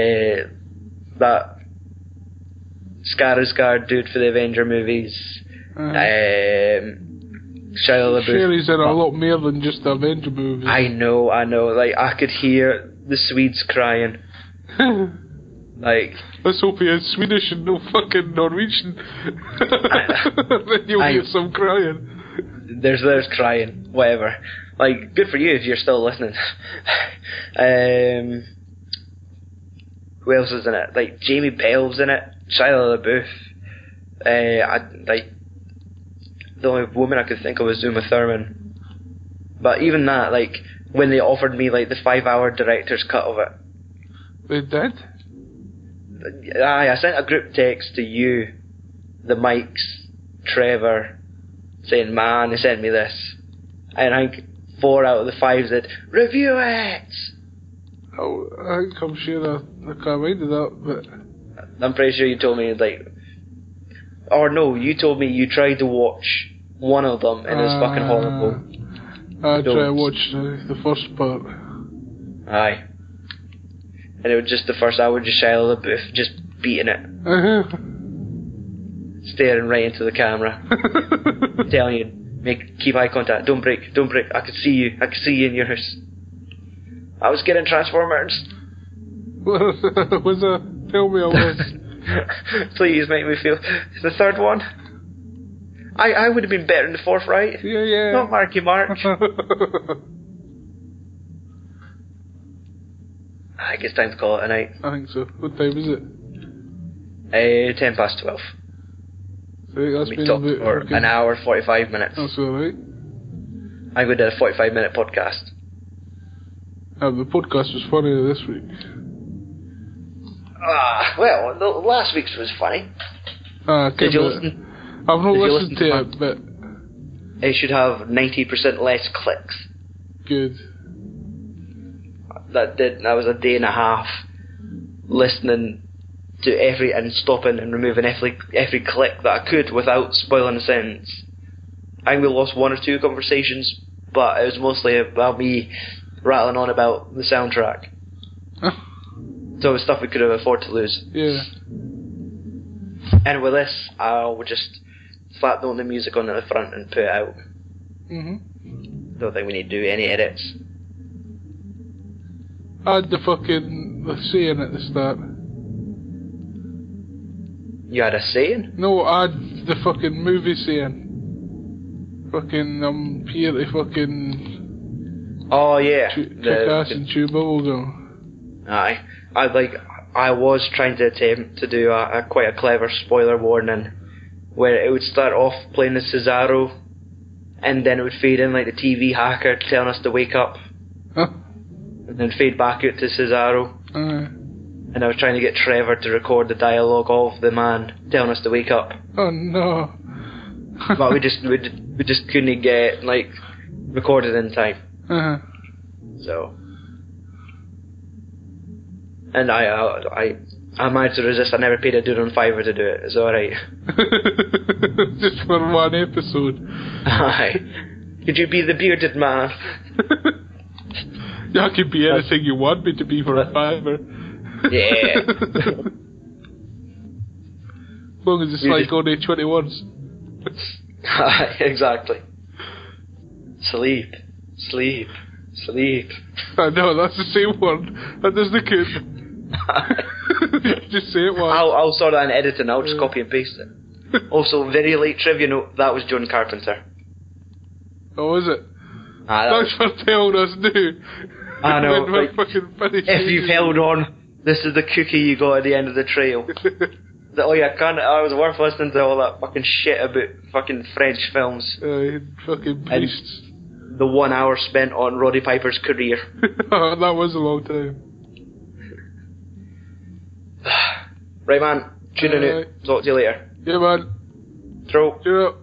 S1: that Skarsgård dude for the Avenger movies,
S2: Uh,
S1: um, Shia LaBeouf.
S2: Sherry's in a lot more than just the Avenger movies.
S1: I know, I know. Like I could hear the Swedes crying. Like
S2: Let's hope he is Swedish and no fucking Norwegian. then you'll
S1: I-
S2: hear some crying.
S1: there's there's crying, whatever. Like, good for you if you're still listening. um, who else is in it? Like Jamie Bell's in it, Shia LaBeouf. Uh, I like the only woman I could think of was Uma Thurman. But even that, like when they offered me like the five-hour director's cut of it,
S2: They did?
S1: Aye, I sent a group text to you, the Mikes, Trevor, saying, man, they sent me this. And I think four out of the five said, review it!
S2: Oh, I think I'm sure I, I can't mind that, but
S1: I'm pretty sure you told me, like, or no, you told me you tried to watch one of them and it's fucking
S2: Uh,
S1: horrible.
S2: I
S1: Don't.
S2: try to watch eh, the, the first part.
S1: Aye. And it was just the first hour, just Shia LaBeouf, just beating it, staring right into the camera.
S2: Uh-huh.
S1: telling you, make keep eye contact. Don't break. Don't break. I could see you. I could see you in your house. I was getting transformers.
S2: was a tell me I was.
S1: Please make me feel the third one. I I would have been better in the fourth, right?
S2: Yeah, yeah.
S1: Not Marky Mark. I think it's time to call it a night.
S2: I think so. What time is it?
S1: Uh, ten past twelve.
S2: I think that's
S1: We
S2: been
S1: talked
S2: about
S1: for
S2: fucking-
S1: an hour forty-five minutes.
S2: That's alright.
S1: I would did a forty-five minute podcast.
S2: Uh, the podcast was funny this week.
S1: Ah, well, the, last week's was funny.
S2: Uh,
S1: Did you listen?
S2: I've not
S1: did you
S2: listened
S1: listen to
S2: to, it,
S1: It should have ninety percent less clicks.
S2: but good.
S1: that did that was a day and a half listening to every and stopping and removing every every click that I could without spoiling a sentence. I think we lost one or two conversations, but it was mostly about me rattling on about the soundtrack. So it was stuff we could have afforded to lose.
S2: yeah.
S1: And with this, I'll just slap down the music on at the front and put it out.
S2: hmm
S1: Don't think we need to do any edits.
S2: Add the fucking the saying at the start.
S1: You had a saying?
S2: No, add the fucking movie saying. Fucking, I'm here to fucking
S1: Oh yeah.
S2: chew-
S1: The-
S2: kick ass
S1: the-
S2: and chew bubblegum.
S1: Aye, I like. I was trying to attempt to do a, a quite a clever spoiler warning, where it would start off playing the Cesaro, and then it would fade in like the TV hacker telling us to wake up,
S2: Huh?
S1: and then fade back out to Cesaro.
S2: Aye.
S1: And I was trying to get Trevor to record the dialogue of the man telling us to wake up,
S2: Oh no.
S1: but we just we, d- we just couldn't get like recorded in time.
S2: uh
S1: So, and I I I, I managed to resist. I never paid a dude on Fiverr to do it. It's all right.
S2: Just for one episode.
S1: Aye. Could you be the bearded man?
S2: I could be anything you want me to be for a fiver.
S1: Yeah.
S2: as long as it's
S1: You
S2: like
S1: just-
S2: only 20 words.
S1: Aye, exactly. Sleep. Sleep. Sleep.
S2: I know, that's the same word. That doesn't count. Just say it once.
S1: I'll, I'll sort that in editing, I'll just copy and paste it. Also, very late trivia note, that was John Carpenter.
S2: Oh, is it?
S1: Ah, that
S2: Thanks
S1: was-
S2: for telling us, dude.
S1: I know,
S2: When we're
S1: like,
S2: fucking finished.
S1: if you've held on, this is the cookie you got at the end of the trail. That- Oh yeah, can't, I was worth listening to all that fucking shit about fucking French films.
S2: Uh, fucking
S1: And-
S2: priests.
S1: The one hour spent on Roddy Piper's career.
S2: oh, that was a long time.
S1: Right man, tune in
S2: Alright.
S1: out. Talk to you later.
S2: Yeah, man.
S1: Throw.
S2: Cheer up.